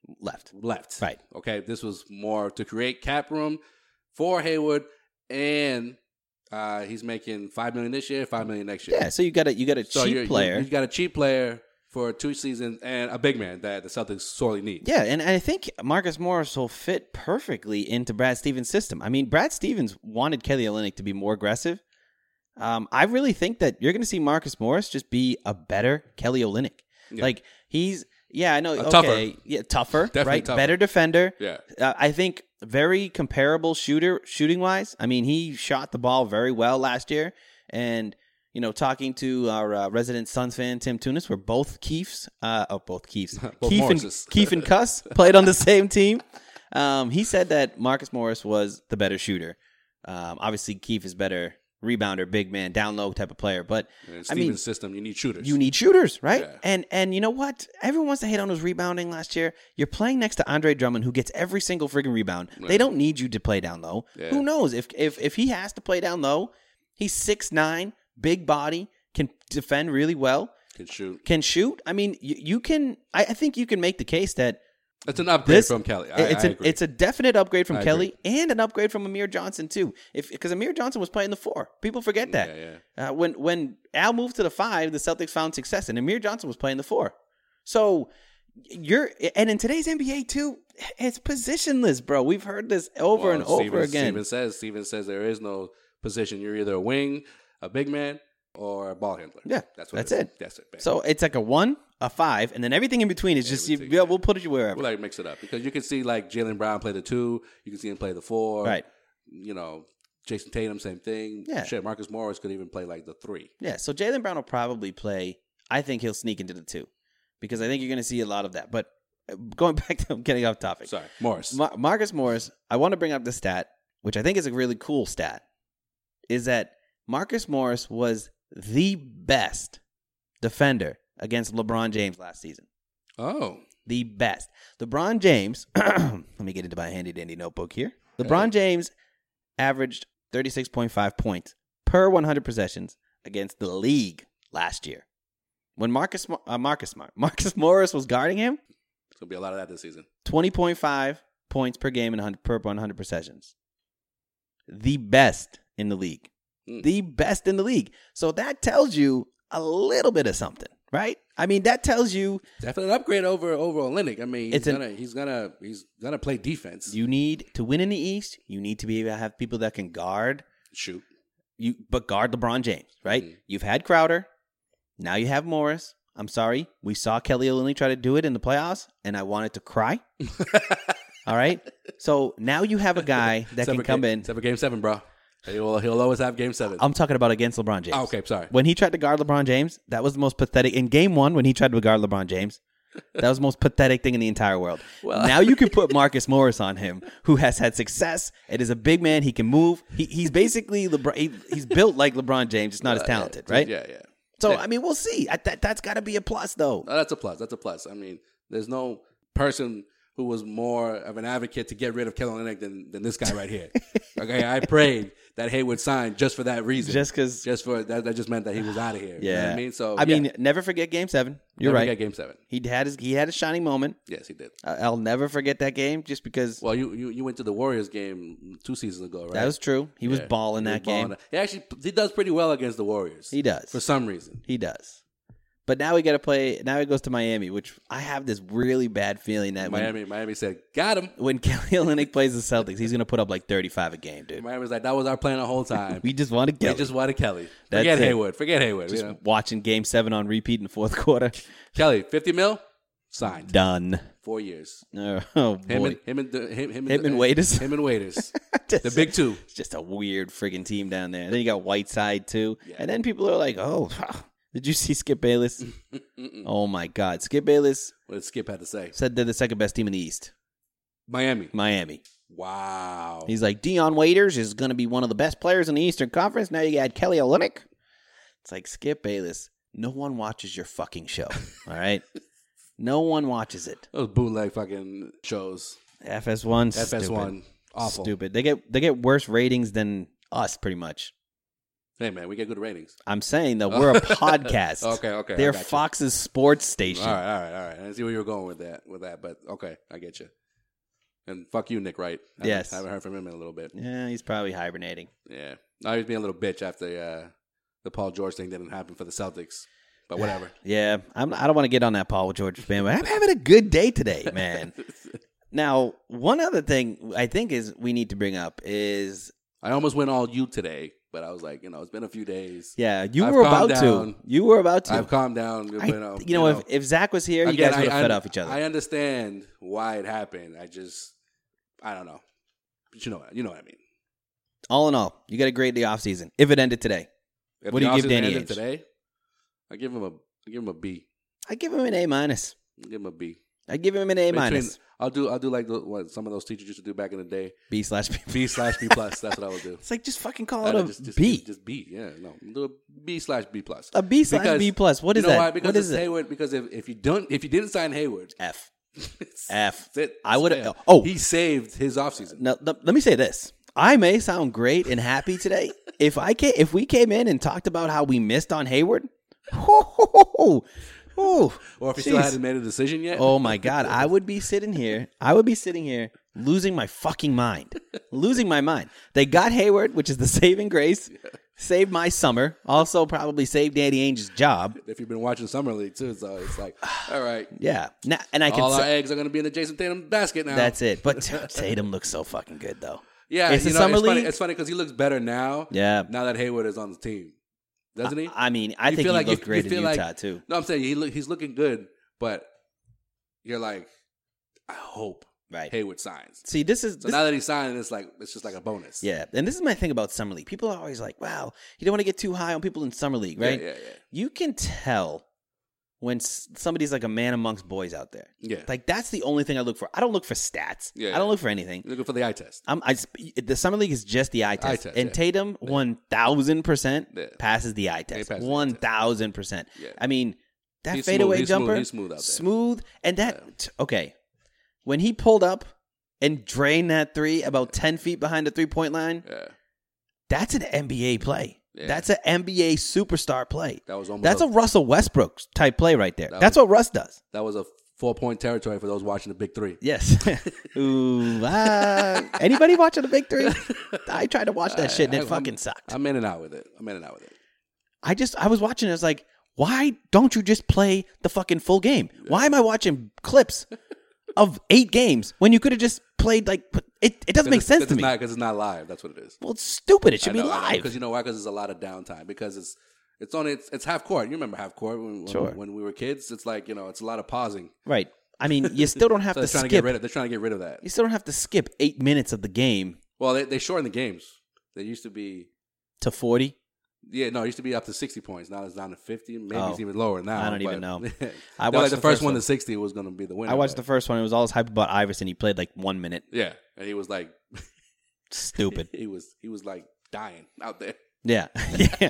Speaker 5: that. Left.
Speaker 6: left.
Speaker 5: Right.
Speaker 6: Okay. This was more to create cap room for Hayward, and uh, he's making five million this year, five million next year.
Speaker 5: Yeah. So you got a you got a
Speaker 6: So
Speaker 5: cheap
Speaker 6: you're- you-
Speaker 5: player.
Speaker 6: You got a cheap player for two seasons and a big man that the Celtics sorely need.
Speaker 5: yeah, and I think Marcus Morris will fit perfectly into Brad Stevens' system. I mean, Brad Stevens wanted Kelly Olynyk to be more aggressive. Um, I really think that you're going to see Marcus Morris just be a better Kelly Olynyk.
Speaker 6: Yeah.
Speaker 5: Like he's yeah, I know.
Speaker 6: Uh,
Speaker 5: okay,
Speaker 6: tougher.
Speaker 5: yeah, tougher,
Speaker 6: Definitely
Speaker 5: right?
Speaker 6: tougher.
Speaker 5: Better defender.
Speaker 6: Yeah.
Speaker 5: uh, I think very comparable shooter shooting wise. I mean, he shot the ball very well last year, and you know, talking to our uh, resident Suns fan Tim Tunis, we're both Keefs, uh, oh, both Keefs,
Speaker 6: Both
Speaker 5: Keef and
Speaker 6: Morrises.
Speaker 5: Keef and Cuss played on the same team. Um, he said that Marcus Morris was the better shooter. Um, obviously, Keef is better rebounder, big man, down low type of player, but
Speaker 6: And
Speaker 5: I
Speaker 6: Stevens'
Speaker 5: mean,
Speaker 6: system, you need shooters.
Speaker 5: you need shooters, right?
Speaker 6: Yeah.
Speaker 5: And and you know what? Everyone wants to hate on his rebounding last year. You're playing next to Andre Drummond, who gets every single freaking rebound. They
Speaker 6: Right.
Speaker 5: don't need you to play down low.
Speaker 6: Yeah.
Speaker 5: Who knows if if if he has to play down low? He's six nine, big body, can defend really well,
Speaker 6: can shoot.
Speaker 5: can shoot. I mean, you, you can. I, I think you can make the case that
Speaker 6: It's an upgrade
Speaker 5: this
Speaker 6: from Kelly. I,
Speaker 5: it's
Speaker 6: I
Speaker 5: an
Speaker 6: agree.
Speaker 5: it's a definite upgrade from
Speaker 6: I
Speaker 5: Kelly and an upgrade from Amir Johnson too. If because Amir Johnson was playing the four, people forget that.
Speaker 6: Yeah,
Speaker 5: Uh, when when Al moved to the five, the Celtics found success, and Amir Johnson was playing the four. So you're and in today's NBA too, it's positionless, bro. We've heard this over
Speaker 6: Well,
Speaker 5: and over
Speaker 6: Stevens-
Speaker 5: again.
Speaker 6: Stevens says Stevens says there is no position. You're either a wing, a big man, or a ball handler.
Speaker 5: Yeah,
Speaker 6: that's what
Speaker 5: that's
Speaker 6: is.
Speaker 5: it.
Speaker 6: That's it. man.
Speaker 5: So it's like a one, a five, and then everything in between is just
Speaker 6: Everything,
Speaker 5: yeah,
Speaker 6: yeah.
Speaker 5: we'll put it wherever.
Speaker 6: we like mix it up because you can see like Jalen Brown play the two. You can see him play the four.
Speaker 5: Right.
Speaker 6: You know, Jason Tatum, same thing.
Speaker 5: Yeah.
Speaker 6: Shit, Marcus Morris could even play like the three.
Speaker 5: Yeah, so Jalen Brown will probably play. I think he'll sneak into the two because I think you're going to see a lot of that. But uh, going back to I'm getting off topic.
Speaker 6: Sorry, Morris.
Speaker 5: Mar- Marcus Morris, I want to bring up the stat, which I think is a really cool stat, is that Marcus Morris was the best defender against LeBron James last season.
Speaker 6: oh,
Speaker 5: The best. LeBron James, let me get into my handy dandy notebook here. LeBron
Speaker 6: Hey.
Speaker 5: James averaged 36.5 points per 100 possessions against the league last year. When Marcus Mo- uh, Marcus Mar- Marcus Morris was guarding him,
Speaker 6: it's gonna be a lot of that this season.
Speaker 5: 20.5 points per game and 100, per 100 possessions. The best in the league.
Speaker 6: Mm.
Speaker 5: The best in the league. So that tells you a little bit of something, right? I mean, that tells you
Speaker 6: Definitely an upgrade over over Olenek. I mean, he's
Speaker 5: It's an-
Speaker 6: gonna he's gonna he's gonna play defense.
Speaker 5: you need to win in the East, you need to be able to have people that can guard
Speaker 6: shoot.
Speaker 5: you but guard LeBron James, right?
Speaker 6: Mhm.
Speaker 5: You've had Crowder, now you have Morris. I'm sorry, we saw Kelly Olynyk try to do it in the playoffs and I wanted to cry. All right? So now you have a guy that
Speaker 6: Except
Speaker 5: can
Speaker 6: for
Speaker 5: come
Speaker 6: ga-
Speaker 5: in.
Speaker 6: Except for game seven, bro. He'll, he'll always have game 7
Speaker 5: I'm talking about against LeBron James.
Speaker 6: Oh, okay, sorry.
Speaker 5: When he tried to guard LeBron James, that was the most pathetic. In game one, when he tried to guard LeBron James, that was the most pathetic thing in the entire world. now you can put Marcus Morris on him, who has had success. It is a big man. He can move. He, he's basically LeBron. He, he's built like LeBron James, just not as talented, right?
Speaker 6: Uh, Yeah, yeah. Uh,
Speaker 5: So, I mean, we'll see. I, that, that's got to be a plus, though.
Speaker 6: No, that's a plus. That's a plus. I mean, there's no person who was more of an advocate to get rid of Kellenic than, than this guy right here. okay, I prayed that Hayward signed just for that reason.
Speaker 5: Just 'cause-
Speaker 6: just for that, that just meant that he was out of here. you know
Speaker 5: Yeah,
Speaker 6: what I mean, so
Speaker 5: I
Speaker 6: yeah.
Speaker 5: mean, never forget Game Seven. You're
Speaker 6: Never
Speaker 5: right.
Speaker 6: forget Game Seven.
Speaker 5: He had his he had a shining moment.
Speaker 6: Yes, he did.
Speaker 5: I- I'll never forget that game just because
Speaker 6: Well, you, you you went to the Warriors game two seasons ago, right?
Speaker 5: that was true. He was
Speaker 6: Yeah,
Speaker 5: balling
Speaker 6: he was
Speaker 5: that
Speaker 6: balling.
Speaker 5: game.
Speaker 6: He actually he does pretty well against the Warriors.
Speaker 5: He does
Speaker 6: for some reason.
Speaker 5: He does. But now we got to play. Now he goes to Miami, which I have this really bad feeling that when-
Speaker 6: Miami, Miami said, "Got him."
Speaker 5: when Kelly Olynyk plays the Celtics, he's going to put up like 35 a game, dude.
Speaker 6: Miami was like, "That was our plan the whole time.
Speaker 5: We just wanted
Speaker 6: They
Speaker 5: Kelly.
Speaker 6: just wanted Kelly.
Speaker 5: That's
Speaker 6: Forget
Speaker 5: it.
Speaker 6: Hayward. Forget Hayward.
Speaker 5: Just
Speaker 6: you know.
Speaker 5: watching Game Seven on repeat in the fourth quarter.
Speaker 6: Kelly, fifty mil signed.
Speaker 5: Done.
Speaker 6: Four years.
Speaker 5: Oh, oh boy.
Speaker 6: Him and him and the- him, him,
Speaker 5: Him and Waiters?
Speaker 6: Him and Waiters. the big two.
Speaker 5: It's just a weird friggin' team down there. Then you got Whiteside too, and then people are like, "Oh, did you see Skip Bayless? oh my God, Skip Bayless
Speaker 6: What did Skip had to say?
Speaker 5: said they're the second best team in the East,
Speaker 6: Miami.
Speaker 5: Miami."
Speaker 6: Wow.
Speaker 5: He's like, Dion Waiters is going to be one of the best players in the Eastern Conference. Now you got Kelly Olynyk. It's like Skip Bayless. No one watches your fucking show. All right, no one watches it.
Speaker 6: Those bootleg fucking shows.
Speaker 5: FS1,
Speaker 6: FS1.
Speaker 5: stupid.
Speaker 6: Awful.
Speaker 5: stupid. They get they get worse ratings than us, pretty much.
Speaker 6: Hey man, we get good ratings.
Speaker 5: I'm saying though, we're a podcast.
Speaker 6: Okay, okay, I
Speaker 5: They're
Speaker 6: got you.
Speaker 5: Fox's sports station.
Speaker 6: All right, all right, all right. I see where you were going with that, with that, but okay, I get you. And fuck you, Nick Wright. I haven't-
Speaker 5: Yes.
Speaker 6: I haven't heard from him in a little bit.
Speaker 5: Yeah, he's probably hibernating.
Speaker 6: Yeah, no, he was being a little bitch after uh, the Paul George thing didn't happen for the Celtics, but whatever.
Speaker 5: Yeah, I'm, I don't want to get on that Paul George fan, but I'm having a good day today, man. now, one other thing I think is we need to bring up is
Speaker 6: I almost went all you today, but I was like, you know, it's been a few days.
Speaker 5: yeah, you
Speaker 6: I've
Speaker 5: were
Speaker 6: calmed
Speaker 5: about
Speaker 6: down.
Speaker 5: to, you were about to.
Speaker 6: I've calmed down. um,
Speaker 5: I- you know, if, if Zach was here, you
Speaker 6: Again,
Speaker 5: guys would have
Speaker 6: I-
Speaker 5: fed
Speaker 6: I-
Speaker 5: off each other.
Speaker 6: I understand why it happened. I just, I don't know, but you know, what you know what I mean.
Speaker 5: all in all, you got a great day off season. If it ended today,
Speaker 6: If
Speaker 5: What
Speaker 6: the
Speaker 5: do you give
Speaker 6: offseason
Speaker 5: Danny
Speaker 6: ended
Speaker 5: Ainge?
Speaker 6: today? I give him a, I give him a B.
Speaker 5: I give him an A minus.
Speaker 6: I give him a B.
Speaker 5: I give him an A
Speaker 6: Between-
Speaker 5: minus.
Speaker 6: I'll do. I'll do like the, what some of those teachers used to do back in the day.
Speaker 5: B slash B.
Speaker 6: B slash B plus. That's what I would do.
Speaker 5: It's like just fucking call
Speaker 6: I
Speaker 5: it a
Speaker 6: don't- just, just,
Speaker 5: B.
Speaker 6: Just B. Yeah. No. Do a B slash B plus.
Speaker 5: A B slash
Speaker 6: Because-
Speaker 5: B plus. What is
Speaker 6: you know
Speaker 5: that?
Speaker 6: Why? Because
Speaker 5: What
Speaker 6: it's
Speaker 5: is it?
Speaker 6: Hayward. Because if, if you don't, if you didn't sign Hayward,
Speaker 5: F.
Speaker 6: it's-
Speaker 5: F.
Speaker 6: that's it.
Speaker 5: I would-
Speaker 6: It's fair.
Speaker 5: oh.
Speaker 6: he saved his offseason.
Speaker 5: Now, th- let me say this. I may sound great and happy today. if I ca- if we came in and talked about how we missed on Hayward, oh,
Speaker 6: Or if he still hadn't made a decision yet.
Speaker 5: oh my god, I would be sitting here. I would be sitting here losing my fucking mind, losing my mind. They got Hayward, which is the saving grace, saved my summer. Also, probably saved Danny Ainge's job.
Speaker 6: If you've been watching summer league too, so it's like, all right,
Speaker 5: Yeah, now, and I can.
Speaker 6: all our
Speaker 5: say-
Speaker 6: eggs are going to be in the Jason Tatum basket now.
Speaker 5: that's it. But Tatum looks so fucking good though.
Speaker 6: yeah.
Speaker 5: It's
Speaker 6: you
Speaker 5: the
Speaker 6: know,
Speaker 5: summer
Speaker 6: it's Funny,
Speaker 5: league.
Speaker 6: it's funny because he looks better now.
Speaker 5: Yeah.
Speaker 6: Now that Hayward is on the team, doesn't he?
Speaker 5: I mean, I
Speaker 6: You
Speaker 5: think he
Speaker 6: feel like you-
Speaker 5: looked
Speaker 6: you
Speaker 5: great in
Speaker 6: feel
Speaker 5: Utah
Speaker 6: like-
Speaker 5: too.
Speaker 6: No, I'm saying he look, he's looking good, but you're like, I hope
Speaker 5: Right.
Speaker 6: Hayward signs.
Speaker 5: See, this is
Speaker 6: So
Speaker 5: this-
Speaker 6: now that he's signing, it's like it's just like a bonus.
Speaker 5: yeah, and this is my thing about summer league. People are always like, "Wow, you don't want to get too high on people in summer league,
Speaker 6: Yeah,
Speaker 5: right?"
Speaker 6: Yeah, yeah,
Speaker 5: You can tell when s- somebody's like a man amongst boys out there.
Speaker 6: yeah.
Speaker 5: Like that's the only thing I look for. I don't look for stats.
Speaker 6: Yeah,
Speaker 5: I don't
Speaker 6: yeah.
Speaker 5: look for anything.
Speaker 6: You're looking for the eye test.
Speaker 5: I'm, I sp- the summer league is just the eye test,
Speaker 6: test,
Speaker 5: and
Speaker 6: yeah.
Speaker 5: Tatum one thousand percent
Speaker 6: Yeah.
Speaker 5: passes the eye test.
Speaker 6: passes the eye
Speaker 5: One thousand percent.
Speaker 6: Yeah.
Speaker 5: I mean that
Speaker 6: He's smooth.
Speaker 5: fadeaway
Speaker 6: He's smooth.
Speaker 5: jumper,
Speaker 6: He's smooth out there.
Speaker 5: smooth, and that t- okay. When he pulled up and drained that three about ten feet behind the three point line,
Speaker 6: Yeah,
Speaker 5: that's an NBA play.
Speaker 6: Yeah.
Speaker 5: That's an NBA superstar play.
Speaker 6: that was almost.
Speaker 5: That's a
Speaker 6: a,
Speaker 5: Russell Westbrook type play right there.
Speaker 6: That
Speaker 5: That's
Speaker 6: was-
Speaker 5: what Russ does.
Speaker 6: that was a four point territory for those watching the Big Three.
Speaker 5: Yes. Ooh. ah. Anybody watching the Big Three? I tried to watch that shit and
Speaker 6: I-
Speaker 5: it
Speaker 6: I'm-
Speaker 5: fucking sucked.
Speaker 6: I'm in and out with it. I'm in and out with it.
Speaker 5: I just I was watching. I was like, why don't you just play the fucking full game? Why am I watching clips of eight games when you could have just played like put- it? It doesn't make sense to me.
Speaker 6: because it's not live. That's what it is.
Speaker 5: well, it's stupid. It should be
Speaker 6: Because
Speaker 5: live.
Speaker 6: you know why? Because there's a lot of downtime. Because it's it's on it's, it's half court. You remember half court when, when,
Speaker 5: Sure.
Speaker 6: when we were kids? It's like you know it's a lot of pausing.
Speaker 5: Right. I mean, you still don't have
Speaker 6: So
Speaker 5: to
Speaker 6: they're trying
Speaker 5: skip.
Speaker 6: to get rid of they're trying to get rid of that.
Speaker 5: you still don't have to skip eight minutes of the game
Speaker 6: Well, they they shortened the games. They used to be
Speaker 5: to forty.
Speaker 6: yeah no, it used to be up to sixty points. Now it's down to fifty. Maybe
Speaker 5: Oh.
Speaker 6: it's even lower now.
Speaker 5: I don't even
Speaker 6: but-
Speaker 5: know.
Speaker 6: They're
Speaker 5: I watched
Speaker 6: like
Speaker 5: the
Speaker 6: the
Speaker 5: first
Speaker 6: first one
Speaker 5: one.
Speaker 6: to sixty was going to be the winner.
Speaker 5: I watched the
Speaker 6: but-
Speaker 5: first one. It was all this hype about Iverson. He played like one minute.
Speaker 6: yeah, and he was like
Speaker 5: Stupid.
Speaker 6: he was he was like dying out there.
Speaker 5: Yeah. yeah.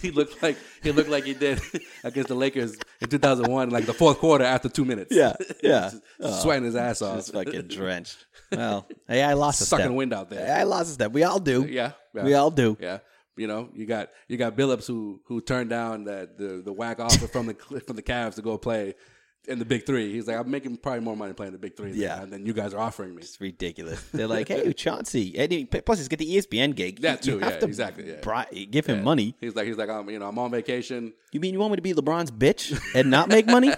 Speaker 6: he looked like he looked like he did against the Lakers in 2001, like the fourth quarter after two minutes.
Speaker 5: Yeah, yeah.
Speaker 6: Just sweating his ass off.
Speaker 5: Just fucking drenched. Well, hey, I lost a
Speaker 6: sucking
Speaker 5: step.
Speaker 6: wind out there.
Speaker 5: I lost a step. We all do.
Speaker 6: Yeah, yeah.
Speaker 5: We all do.
Speaker 6: Yeah, you know, you got you got Billups who who turned down the the, the whack offer from the from the Cavs to go play in the Big Three. He's like, I'm making probably more money playing the Big Three.
Speaker 5: Yeah.
Speaker 6: than, than you guys are offering me.
Speaker 5: It's ridiculous. They're like, hey, Chauncey. And he, plus, he's got the E ESPN gig.
Speaker 6: That
Speaker 5: You-
Speaker 6: too,
Speaker 5: you have
Speaker 6: yeah,
Speaker 5: to
Speaker 6: exactly, yeah.
Speaker 5: bri- give him
Speaker 6: Yeah.
Speaker 5: money.
Speaker 6: He's like, he's like, I'm you know, I'm on vacation.
Speaker 5: You mean you want me to be LeBron's bitch and not make money?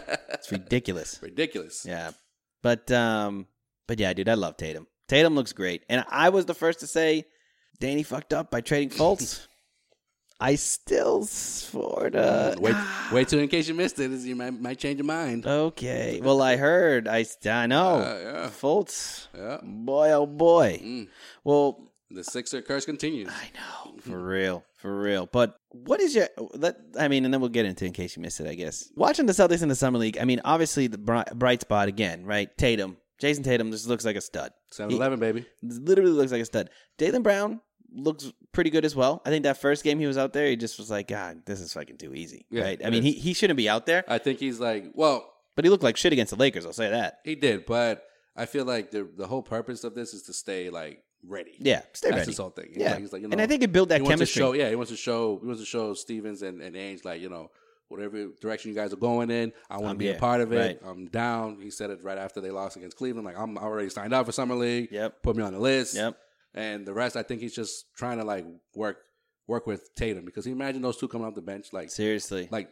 Speaker 5: it's ridiculous.
Speaker 6: Ridiculous.
Speaker 5: Yeah. But um but yeah, dude, I love Tatum. Tatum looks great. And I was the first to say Danny fucked up by trading Fultz. I still sort of
Speaker 6: Wait, wait till in case you missed it, is you might, might change your mind.
Speaker 5: Okay. Well, I heard. I, st- I know.
Speaker 6: Uh, yeah.
Speaker 5: Fultz.
Speaker 6: Yeah.
Speaker 5: Boy, oh boy.
Speaker 6: Mm.
Speaker 5: Well,
Speaker 6: The Sixer curse continues.
Speaker 5: I know. For real. For real. But what is your let I mean, and then we'll get into it in case you missed it, I guess. Watching the Celtics in the summer league, I mean, obviously the bright, bright spot again, right? Tatum. Jason Tatum just looks like a stud.
Speaker 6: 7-Eleven, baby.
Speaker 5: Literally looks like a stud. Jalen Brown looks pretty good as well. I think that first game he was out there, he just was like, God, this is fucking too easy.
Speaker 6: Yeah,
Speaker 5: right? I
Speaker 6: it
Speaker 5: mean, he,
Speaker 6: is.
Speaker 5: he shouldn't be out there,
Speaker 6: I think he's like, well,
Speaker 5: but he looked like shit against the Lakers, I'll say that.
Speaker 6: he did, but I feel like the the whole purpose of this is to stay like ready.
Speaker 5: Yeah, stay
Speaker 6: That's
Speaker 5: ready.
Speaker 6: his whole thing. He's
Speaker 5: Yeah,
Speaker 6: like- he's like, you
Speaker 5: and
Speaker 6: know,
Speaker 5: I think it built that
Speaker 6: he wants to
Speaker 5: chemistry.
Speaker 6: show- yeah, he wants to show he wants to show Stevens and, and Ainge like you know whatever direction you guys are going in, I want to
Speaker 5: I'm
Speaker 6: be
Speaker 5: here.
Speaker 6: a part of it.
Speaker 5: Right.
Speaker 6: I'm down. He said it right after they lost against Cleveland. Like I'm I already signed up for summer league.
Speaker 5: Yep.
Speaker 6: Put me on the list.
Speaker 5: Yep.
Speaker 6: And the rest, I think he's just trying to like work work with Tatum because he imagine those two coming off the bench like
Speaker 5: Seriously.
Speaker 6: like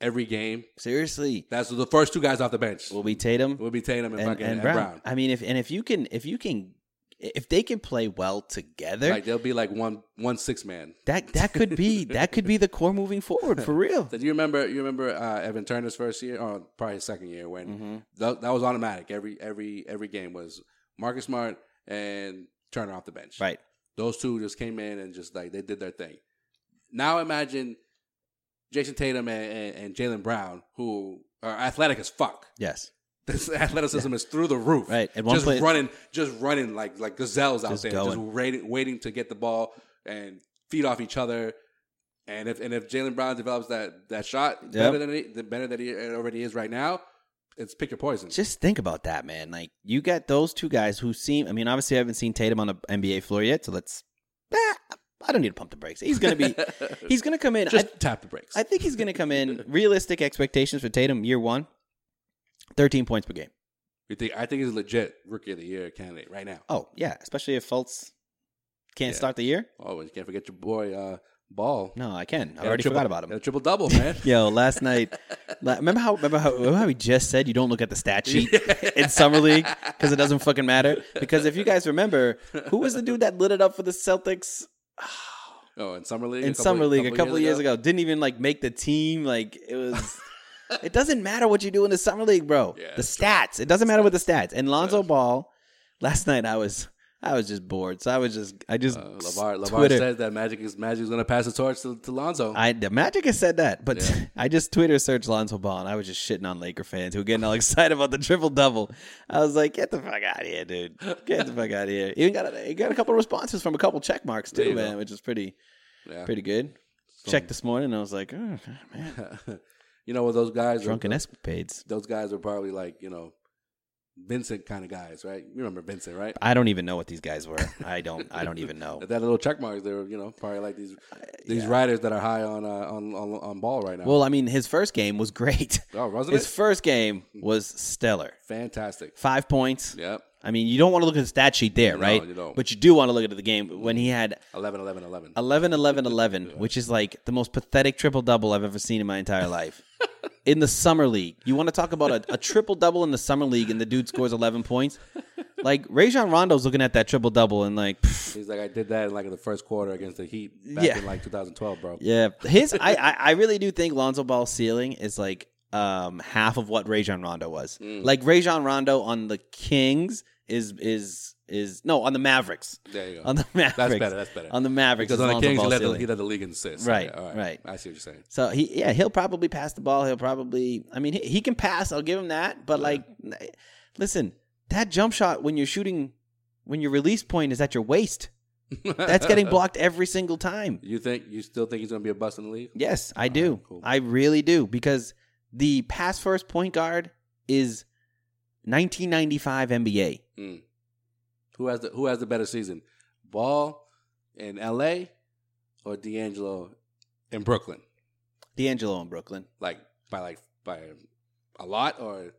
Speaker 6: every game.
Speaker 5: Seriously.
Speaker 6: That's the first two guys off the bench
Speaker 5: Will be Tatum
Speaker 6: will be Tatum and,
Speaker 5: and,
Speaker 6: fucking
Speaker 5: and Brown. I mean if and if you can if you can if they can play well together,
Speaker 6: Like they'll be like one one six man.
Speaker 5: that that could be that could be the core moving forward for real.
Speaker 6: So do you remember? You remember uh, Evan Turner's first year, or probably his second year, when tha- that was automatic. Every every every game was Marcus Smart and Turner off the bench.
Speaker 5: Right.
Speaker 6: Those two just came in and just like they did their thing. Now imagine Jason Tatum and, and, and Jalen Brown, who are athletic as fuck.
Speaker 5: Yes.
Speaker 6: This athleticism is through the roof.
Speaker 5: Right, at one
Speaker 6: just
Speaker 5: play-
Speaker 6: running, just running like like gazelles out
Speaker 5: Just
Speaker 6: there, just
Speaker 5: going.
Speaker 6: waiting, waiting to get the ball and feed off each other. And if and if Jalen Brown develops that that shot better than he, the better that he already is right now, it's pick your poison.
Speaker 5: Just think about that, man. Like you got those two guys who seem. I mean, obviously, I haven't seen Tatum on the NBA floor yet, so let's. eh, I don't need to pump the brakes. He's gonna be. he's gonna come in.
Speaker 6: Just
Speaker 5: I,
Speaker 6: tap the brakes.
Speaker 5: I think he's gonna come in. Realistic expectations for Tatum year one. Thirteen points per game.
Speaker 6: you think I think he's a legit rookie of the year candidate right now.
Speaker 5: Oh yeah, especially if Fultz can't
Speaker 6: Yeah.
Speaker 5: start the year.
Speaker 6: Oh, and you can't forget your boy uh, Ball.
Speaker 5: No, I can. I
Speaker 6: Got a
Speaker 5: already
Speaker 6: triple-
Speaker 5: forgot about
Speaker 6: got
Speaker 5: him.
Speaker 6: a triple double, man.
Speaker 5: Yo, last night, la- remember how remember how remember how we just said you don't look at the stat sheet in summer league because it doesn't fucking matter. Because if you guys remember, who was the dude that lit it up for the Celtics
Speaker 6: Oh, in summer league.
Speaker 5: in
Speaker 6: a couple-
Speaker 5: summer league a couple of years, ago. Didn't even like make the team. Like it was. it doesn't matter what you do in the summer league, bro.
Speaker 6: Yeah,
Speaker 5: the
Speaker 6: that's true.
Speaker 5: stats. It doesn't matter what the stats. And Lonzo Ball. Last night I was I was just bored, so I was just I just
Speaker 6: Uh, Lavar, Lavar
Speaker 5: Twitter.
Speaker 6: says that Magic is Magic is going to pass the torch to, to Lonzo.
Speaker 5: I the Magic has said that, but
Speaker 6: Yeah.
Speaker 5: I just Twitter searched Lonzo Ball and I was just shitting on Laker fans who were getting all excited about the triple double. I was like, get the fuck out of here, dude. Get the fuck out of here. Even got a, you got a couple of responses from a couple check marks
Speaker 6: There
Speaker 5: too,
Speaker 6: you go.
Speaker 5: man, which is pretty
Speaker 6: Yeah.
Speaker 5: pretty good. Checked this morning and I was like, oh, man,
Speaker 6: you know what those guys are-
Speaker 5: drunken escapades.
Speaker 6: those guys are probably like you know Vincent kind of guys, right? You remember Vincent, right?
Speaker 5: I don't even know what these guys were. I don't I don't even know.
Speaker 6: That little check marks, they're you know probably like these
Speaker 5: Uh,
Speaker 6: these riders that are high on uh, on, on on ball right now.
Speaker 5: Well, I mean, his first game was great.
Speaker 6: oh, wasn't
Speaker 5: His
Speaker 6: it
Speaker 5: first game was stellar.
Speaker 6: fantastic?
Speaker 5: Five points.
Speaker 6: Yep,
Speaker 5: I mean, you don't want to look at the stat sheet there,
Speaker 6: No,
Speaker 5: right?
Speaker 6: you don't.
Speaker 5: But you do want to look at the game when he had
Speaker 6: 11, 11, 11.
Speaker 5: 11 11 11 which is like the most pathetic triple double i've ever seen in my entire life in the summer league you want to talk about a, a triple double in the summer league and the dude scores 11 points like Rajon Rondo's looking at that triple double and like pff,
Speaker 6: He's like, I did that in like the first quarter against the Heat back
Speaker 5: Yeah.
Speaker 6: in like 2012, bro.
Speaker 5: yeah his I, I I really do think Lonzo Ball's ceiling is like um half of what Rajon Rondo was
Speaker 6: Mm.
Speaker 5: like Rajon Rondo on the Kings is is is no on the Mavericks
Speaker 6: There you go.
Speaker 5: on the Mavericks
Speaker 6: That's better. That's better.
Speaker 5: on the Mavericks
Speaker 6: because
Speaker 5: is
Speaker 6: on the
Speaker 5: Lonzo
Speaker 6: Kings, he
Speaker 5: Ball's
Speaker 6: led the,
Speaker 5: ceiling.
Speaker 6: he led the league in assists.
Speaker 5: Right,
Speaker 6: Okay, all
Speaker 5: right.
Speaker 6: I see what you're saying.
Speaker 5: So he, yeah, he'll probably pass the ball. He'll probably, I mean, he, he can pass. I'll give him that. But like, n- listen, that jump shot when you're shooting, when your release point is at your waist, That's getting blocked every single time.
Speaker 6: You think you still think he's going to be a bust in the league?
Speaker 5: Yes, I do. I really do because the pass first point guard is 1995 NBA.
Speaker 6: Mm. Who has the Who has the better season, Ball in L.A. or D'Angelo in Brooklyn?
Speaker 5: D'Angelo in Brooklyn,
Speaker 6: like by like by a lot or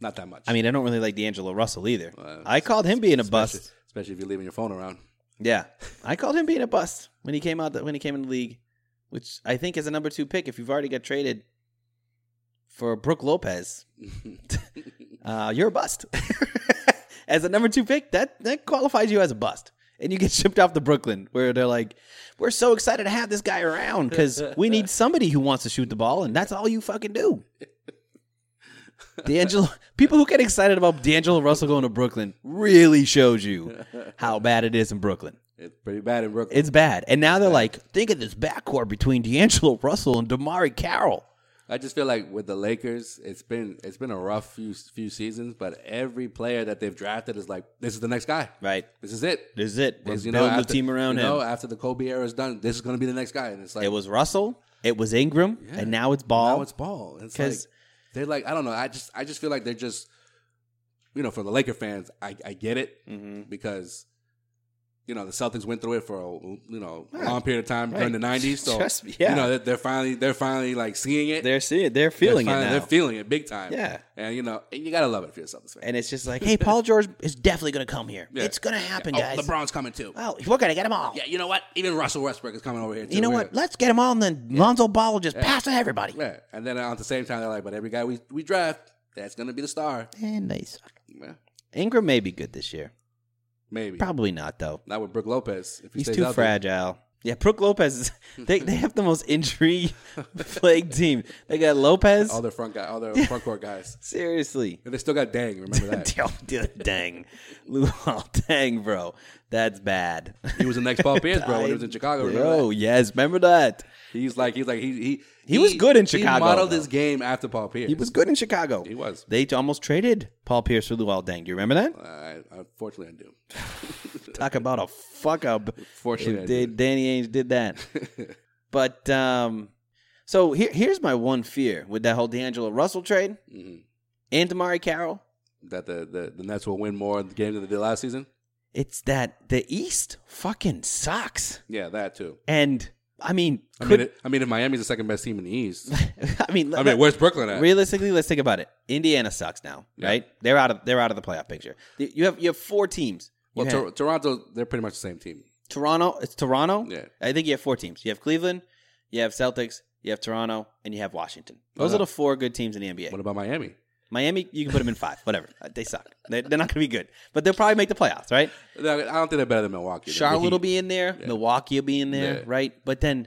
Speaker 6: not that much.
Speaker 5: I mean, I don't really like D'Angelo Russell either. I called him being a bust.
Speaker 6: especially if you're leaving your phone around.
Speaker 5: Yeah, I called him being a bust when he came out the, when he came in the league, which I think is a number two pick. If you've already got traded for Brooke Lopez, uh, you're a bust. as a number two pick, that that qualifies you as a bust, and you get shipped off to Brooklyn, where they're like, "We're so excited to have this guy around because we need somebody who wants to shoot the ball, and that's all you fucking do." D'Angelo, people who get excited about D'Angelo Russell going to Brooklyn really shows you how bad it is in Brooklyn.
Speaker 6: It's pretty bad in Brooklyn.
Speaker 5: It's bad. And now they're like, think of this backcourt between D'Angelo Russell and Damari Carroll.
Speaker 6: I just feel like with the Lakers, it's been it's been a rough few few seasons, but every player that they've drafted is like, this is the next guy.
Speaker 5: Right.
Speaker 6: This is it.
Speaker 5: This is it. We're
Speaker 6: This-
Speaker 5: building the team around
Speaker 6: you know,
Speaker 5: him.
Speaker 6: after the Kobe era is done, this is going to be the next guy, and it's like
Speaker 5: it was Russell, it was Ingram,
Speaker 6: Yeah.
Speaker 5: and now it's Ball.
Speaker 6: Now it's ball. It's
Speaker 5: 'Cause-
Speaker 6: like they're like I don't know. I just I just feel like they're just you know for the Laker fans. I I get it
Speaker 5: Mm-hmm.
Speaker 6: because you know the Celtics went through it for a you know a
Speaker 5: Right.
Speaker 6: long period of time during the
Speaker 5: Right.
Speaker 6: nineties. So
Speaker 5: Trust me, yeah.
Speaker 6: you know they're, they're finally they're finally like seeing it.
Speaker 5: They're seeing, they're feeling
Speaker 6: finally-
Speaker 5: it now.
Speaker 6: They're feeling it big time.
Speaker 5: Yeah.
Speaker 6: and you know and you gotta love it for your Celtics fan.
Speaker 5: and it's just like, hey, Paul George is definitely going to come here.
Speaker 6: Yeah.
Speaker 5: It's going to happen,
Speaker 6: oh,
Speaker 5: guys.
Speaker 6: LeBron's coming too.
Speaker 5: Oh, we're going to get them all.
Speaker 6: Yeah, you know what? Even Russell Westbrook is coming over here. Too.
Speaker 5: you know
Speaker 6: We're
Speaker 5: what? Let's get them all, and then Lonzo Ball will just
Speaker 6: Yeah.
Speaker 5: pass to everybody.
Speaker 6: gonna- Yeah, and then at the same time they're like, but every guy we we draft, that's gonna be the star.
Speaker 5: And they suck.
Speaker 6: Yeah,
Speaker 5: Ingram may be good this year.
Speaker 6: maybe
Speaker 5: Probably not, though.
Speaker 6: Not with Brooke Lopez. If he
Speaker 5: He's
Speaker 6: stays
Speaker 5: too
Speaker 6: out there.
Speaker 5: fragile. Yeah, Brooke Lopez. Is, they they have the most injury plagued team. They got Lopez.
Speaker 6: All their front guy, all their front court guys.
Speaker 5: Seriously,
Speaker 6: And they still got Dang. Remember that
Speaker 5: Yo, dude, dang, Luol dang, bro, that's bad.
Speaker 6: he was the next Paul Pierce, bro. When he was in Chicago, remember
Speaker 5: Oh yes, remember that.
Speaker 6: that? He's like, he's like, he he
Speaker 5: He was good in
Speaker 6: He
Speaker 5: Chicago,
Speaker 6: modeled
Speaker 5: though.
Speaker 6: his game after Paul Pierce.
Speaker 5: He was good in Chicago.
Speaker 6: He was.
Speaker 5: They t- almost traded Paul Pierce for Luol Deng. Do you remember that?
Speaker 6: I, unfortunately, I do.
Speaker 5: Talk about a fuck up.
Speaker 6: Fortunately, I
Speaker 5: If Da-
Speaker 6: did.
Speaker 5: Danny Ainge did that. but um, so here, here's my one fear with that whole D'Angelo Russell trade
Speaker 6: Mm-hmm.
Speaker 5: and Damari Carroll.
Speaker 6: That the, the the Nets will win more games than they did last season.
Speaker 5: It's that the East fucking sucks,
Speaker 6: Yeah, that too.
Speaker 5: and I mean,
Speaker 6: I
Speaker 5: could,
Speaker 6: mean, it, I mean, if Miami's the second best team in the East,
Speaker 5: I mean,
Speaker 6: I mean, where's Brooklyn at?
Speaker 5: Realistically, let's think about it. Indiana sucks now,
Speaker 6: Yeah.
Speaker 5: right? They're out of they're out of the playoff picture. You have you have four teams.
Speaker 6: Well,
Speaker 5: You have
Speaker 6: Tor- Toronto, they're pretty much the same team.
Speaker 5: Toronto, it's Toronto.
Speaker 6: Yeah.
Speaker 5: I think you have four teams. You have Cleveland, you have Celtics, you have Toronto, and you have Washington. Those
Speaker 6: Wow.
Speaker 5: are the four good teams in the NBA.
Speaker 6: What about Miami?
Speaker 5: Miami, you can put them in five. Whatever. Uh, They suck. They, they're not going to be good, but they'll probably make the playoffs, right?
Speaker 6: I don't think they're better than Milwaukee.
Speaker 5: Charlotte will
Speaker 6: The Heat.
Speaker 5: be in there.
Speaker 6: Yeah.
Speaker 5: Milwaukee will be in there,
Speaker 6: Yeah.
Speaker 5: right? But then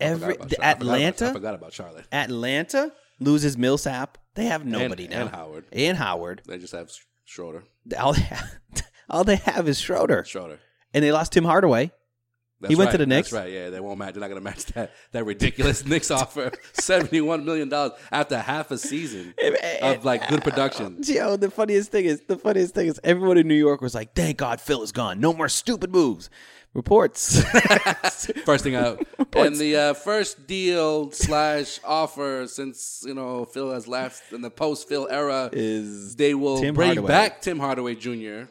Speaker 6: I forgot
Speaker 5: every
Speaker 6: about
Speaker 5: the
Speaker 6: Char- I forgot about-
Speaker 5: Atlanta,
Speaker 6: I forgot about Charlotte.
Speaker 5: Atlanta loses Millsap. They have nobody
Speaker 6: and,
Speaker 5: now.
Speaker 6: and Howard.
Speaker 5: And Howard.
Speaker 6: They just have Sch- Schroeder.
Speaker 5: All they have, all they have is Schroeder,
Speaker 6: Schroeder.
Speaker 5: and they lost Tim Hardaway.
Speaker 6: That's
Speaker 5: He went to
Speaker 6: right.
Speaker 5: the Knicks?
Speaker 6: That's right. Yeah, they won't match. They're not going to match that that ridiculous Knicks offer, seventy one million dollars after half a season of like good production.
Speaker 5: Yo, the funniest thing is the funniest thing is everyone in New York was like, "Thank God Phil is gone. No more stupid moves." Reports.
Speaker 6: First thing out, and the uh, first deal slash offer since you know Phil has left in the post Phil era
Speaker 5: Is
Speaker 6: they will
Speaker 5: Tim
Speaker 6: bring
Speaker 5: Hardaway.
Speaker 6: back Tim Hardaway Jr.,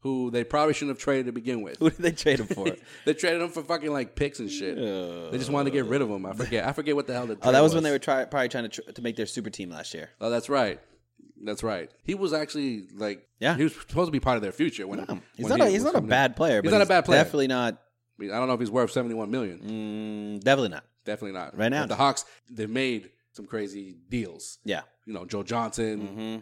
Speaker 6: who they probably shouldn't have traded to begin with.
Speaker 5: Who did they trade him for?
Speaker 6: They traded him for fucking like picks and shit. They just wanted to get rid of him. I forget. I forget what the hell the.
Speaker 5: oh, that
Speaker 6: trade
Speaker 5: was when they were try- probably trying to tr- to make their super team last year.
Speaker 6: Oh, that's right. That's right. He was actually like,
Speaker 5: Yeah.
Speaker 6: he was supposed to be part of their future. When
Speaker 5: No, he's
Speaker 6: when
Speaker 5: not. A,
Speaker 6: he
Speaker 5: he's
Speaker 6: was
Speaker 5: not a
Speaker 6: coming in.
Speaker 5: bad player.
Speaker 6: He's
Speaker 5: but
Speaker 6: not a bad player.
Speaker 5: Definitely not.
Speaker 6: I, mean, I don't know if he's worth seventy-one million.
Speaker 5: Mm, definitely not.
Speaker 6: Definitely not.
Speaker 5: Right now.
Speaker 6: But the Hawks they made some crazy deals.
Speaker 5: Yeah.
Speaker 6: You know, Joe Johnson,
Speaker 5: hmm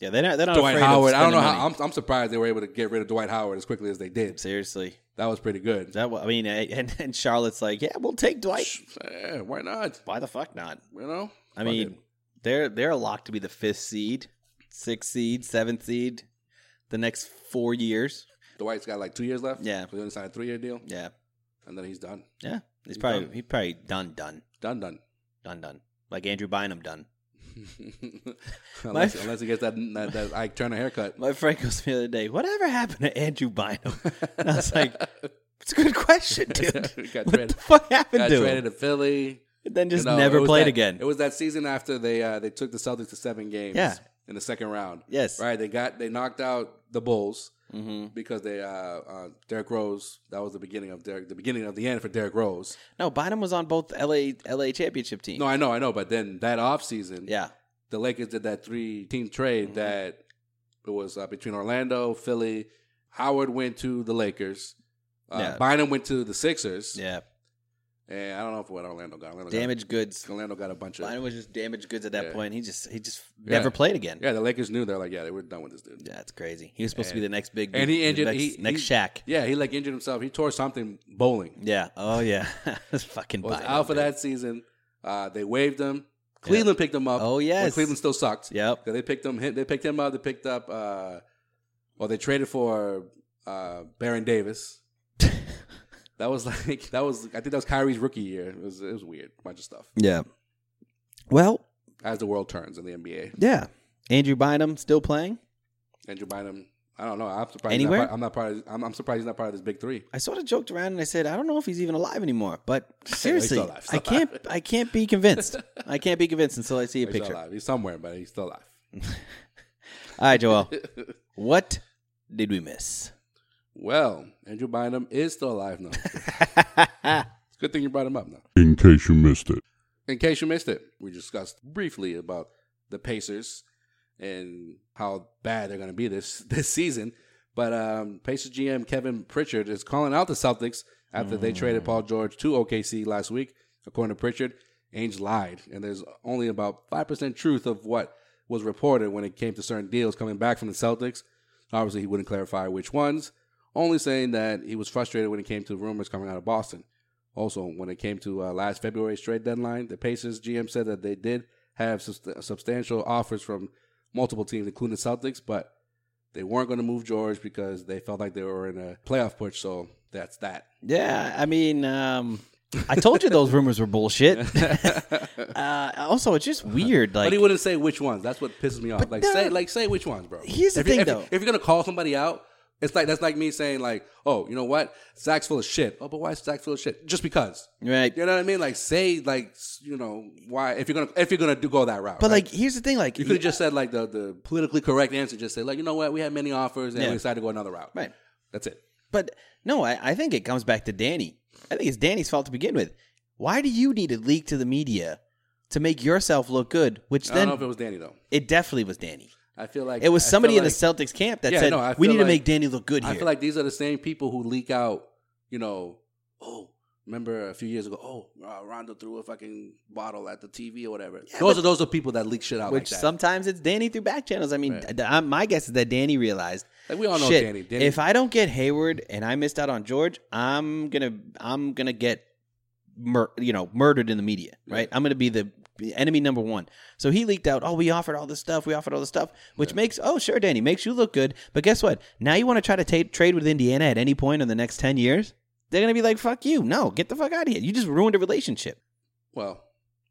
Speaker 5: Yeah, they're not. They're not
Speaker 6: Mm-hmm. Dwight
Speaker 5: afraid of
Speaker 6: Howard. I don't know
Speaker 5: spending
Speaker 6: how.
Speaker 5: money.
Speaker 6: I'm, I'm surprised they were able to get rid of Dwight Howard as quickly as they did.
Speaker 5: Seriously,
Speaker 6: That was pretty good.
Speaker 5: that. wa- I mean, eh, and, and Charlotte's like, yeah, we'll take Dwight.
Speaker 6: Yeah, why not?
Speaker 5: Why the fuck not?
Speaker 6: You know.
Speaker 5: I
Speaker 6: Fuck
Speaker 5: mean,
Speaker 6: it.
Speaker 5: they're they're locked to be the fifth seed, sixth seed, seventh seed, the next four years.
Speaker 6: Dwight's got like two years left.
Speaker 5: Yeah.
Speaker 6: so he only signed a three-year deal,
Speaker 5: Yeah,
Speaker 6: and then he's done.
Speaker 5: yeah. He's
Speaker 6: He's
Speaker 5: probably
Speaker 6: done.
Speaker 5: he's probably done, done,
Speaker 6: Done, done.
Speaker 5: done, done. Like Andrew Bynum, done.
Speaker 6: unless, unless he gets that, that, that Ike Turner haircut.
Speaker 5: My friend goes the other day, whatever happened to Andrew Bynum? And I was like, it's a good question, dude.
Speaker 6: Got
Speaker 5: what
Speaker 6: traded-
Speaker 5: the fuck happened
Speaker 6: got
Speaker 5: to
Speaker 6: traded
Speaker 5: him?
Speaker 6: to Philly.
Speaker 5: And then just
Speaker 6: You know,
Speaker 5: never
Speaker 6: it was
Speaker 5: played
Speaker 6: that-
Speaker 5: again.
Speaker 6: It was that season after they uh, they took the Celtics to seven games.
Speaker 5: Yeah.
Speaker 6: in the second round.
Speaker 5: Yes.
Speaker 6: right. They got they knocked out the Bulls
Speaker 5: Mhm.
Speaker 6: because they uh, uh, Derrick Rose. That was the beginning of Derrick, the beginning of the end for Derrick Rose.
Speaker 5: No, Bynum was on both LA LA championship teams.
Speaker 6: No, I know, I know. But then that offseason,
Speaker 5: Yeah. Mm-hmm.
Speaker 6: the Lakers did that three team trade that it was uh, between Orlando, Philly. Howard went to the Lakers. Uh,
Speaker 5: Yeah.
Speaker 6: Bynum went to the Sixers.
Speaker 5: Yeah.
Speaker 6: And I don't know if what Orlando got. Orlando
Speaker 5: Damaged goods.
Speaker 6: Got, Orlando got a bunch of.
Speaker 5: Bynum was just damaged goods at that
Speaker 6: Yeah.
Speaker 5: point. He just he just
Speaker 6: Yeah.
Speaker 5: never played again.
Speaker 6: Yeah, the Lakers knew they're like, yeah, they were done with this dude.
Speaker 5: Yeah, it's crazy. He was supposed to be the next big
Speaker 6: and he
Speaker 5: the
Speaker 6: injured
Speaker 5: next,
Speaker 6: he,
Speaker 5: next
Speaker 6: he-
Speaker 5: Shaq.
Speaker 6: Yeah, he like injured himself. He tore something bowling.
Speaker 5: Yeah. Oh yeah. That's fucking
Speaker 6: Was
Speaker 5: Bynum.
Speaker 6: out for
Speaker 5: dude.
Speaker 6: that season. Uh, they waived him. Cleveland picked him up.
Speaker 5: Oh,
Speaker 6: when
Speaker 5: yes.
Speaker 6: Cleveland still sucked.
Speaker 5: Yep.
Speaker 6: They picked him. They picked him up. They picked up. Uh, well, they traded for uh, Baron Davis. that was like that was. I think that was Kyrie's rookie year. It was it was weird. Bunch of stuff
Speaker 5: Yeah. Well,
Speaker 6: as the world turns in the NBA.
Speaker 5: yeah. Andrew Bynum still playing.
Speaker 6: Andrew Bynum. I don't know. I'm surprised. he's
Speaker 5: Anywhere?
Speaker 6: Not part, I'm not part. Of, I'm, I'm surprised he's not part of this big three.
Speaker 5: I sort of joked around and I said, I don't know if he's even alive anymore. But seriously,
Speaker 6: still alive,
Speaker 5: I
Speaker 6: still
Speaker 5: can't I can't be convinced. I can't be convinced until I see a
Speaker 6: He's
Speaker 5: picture.
Speaker 6: still alive. He's somewhere, but he's still alive.
Speaker 5: All right, Joel. what did we miss?
Speaker 6: Well, Andrew Bynum is still alive now. it's a good thing you brought him up now.
Speaker 10: In case you missed it.
Speaker 6: In case you missed it, we discussed briefly about the Pacers and how bad they're going to be this this season. But um, Pacers GM Kevin Pritchard is calling out the Celtics after they traded Paul George to OKC last week. According to Pritchard, Ainge lied, and there's only about five percent truth of what was reported when it came to certain deals coming back from the Celtics. Obviously, he wouldn't clarify which ones, only saying that he was frustrated when it came to rumors coming out of Boston. Also, when it came to uh, last February's trade deadline, the Pacers GM said that they did have subst- substantial offers from multiple teams, including the Celtics, but they weren't going to move George because they felt like they were in a playoff push. So that's that.
Speaker 5: Yeah, I mean, um, I told you those rumors were bullshit. uh, also, it's just weird. Like,
Speaker 6: but he wouldn't say which ones. That's what pisses me off. Like
Speaker 5: no.
Speaker 6: say, like say which ones, bro.
Speaker 5: Here's the
Speaker 6: If you-
Speaker 5: thing,
Speaker 6: if you-
Speaker 5: though.
Speaker 6: If, you're gonna call somebody out, it's like that's like me saying like, oh, you know what, Zach's full of shit. Oh, but why is Zach full of shit? Just because.
Speaker 5: right?
Speaker 6: You know what I mean? Like say like s- you know why if you're gonna if you're gonna do go that route.
Speaker 5: But
Speaker 6: right?
Speaker 5: like, here's the thing. Like,
Speaker 6: you could have just said like the the politically correct answer. Just say like you know what we had many offers and
Speaker 5: Yeah.
Speaker 6: we decided to go another route.
Speaker 5: Right.
Speaker 6: That's it.
Speaker 5: But no, I, I think it comes back to Danny. I think it's Danny's fault to begin with. Why do you need to leak to the media to make yourself look good? Which
Speaker 6: I don't
Speaker 5: then
Speaker 6: know if
Speaker 5: it,
Speaker 6: it was Danny though.
Speaker 5: definitely was Danny.
Speaker 6: I feel like
Speaker 5: It was
Speaker 6: I feel
Speaker 5: somebody in the
Speaker 6: like-
Speaker 5: Celtics camp that
Speaker 6: Yeah,
Speaker 5: said
Speaker 6: no, I
Speaker 5: we
Speaker 6: feel
Speaker 5: need to
Speaker 6: like-
Speaker 5: make Danny look good here.
Speaker 6: I feel like these are the same people who leak out, you know, oh, remember a few years ago, oh, uh, Rondo threw a fucking bottle at the TV or whatever. those
Speaker 5: but-
Speaker 6: are those are people that leak shit out
Speaker 5: which
Speaker 6: like that.
Speaker 5: sometimes it's Danny through back channels. I mean,
Speaker 6: Right.
Speaker 5: d- I- my guess is that Danny realized.
Speaker 6: Like, we all know
Speaker 5: shit,
Speaker 6: Danny. Danny-
Speaker 5: If I don't get Hayward and I missed out on George, I'm gonna I'm gonna get mur- you know murdered in the media, right? I'm gonna be the be enemy number one. So he leaked out. Oh, we offered all this stuff. We offered all this stuff, which makes oh sure, Danny makes you look good. But guess what? Now you want to try to ta- trade with Indiana at any point in the next ten years? They're gonna be like, fuck you. No, get the fuck out of here. You just ruined a relationship.
Speaker 6: well,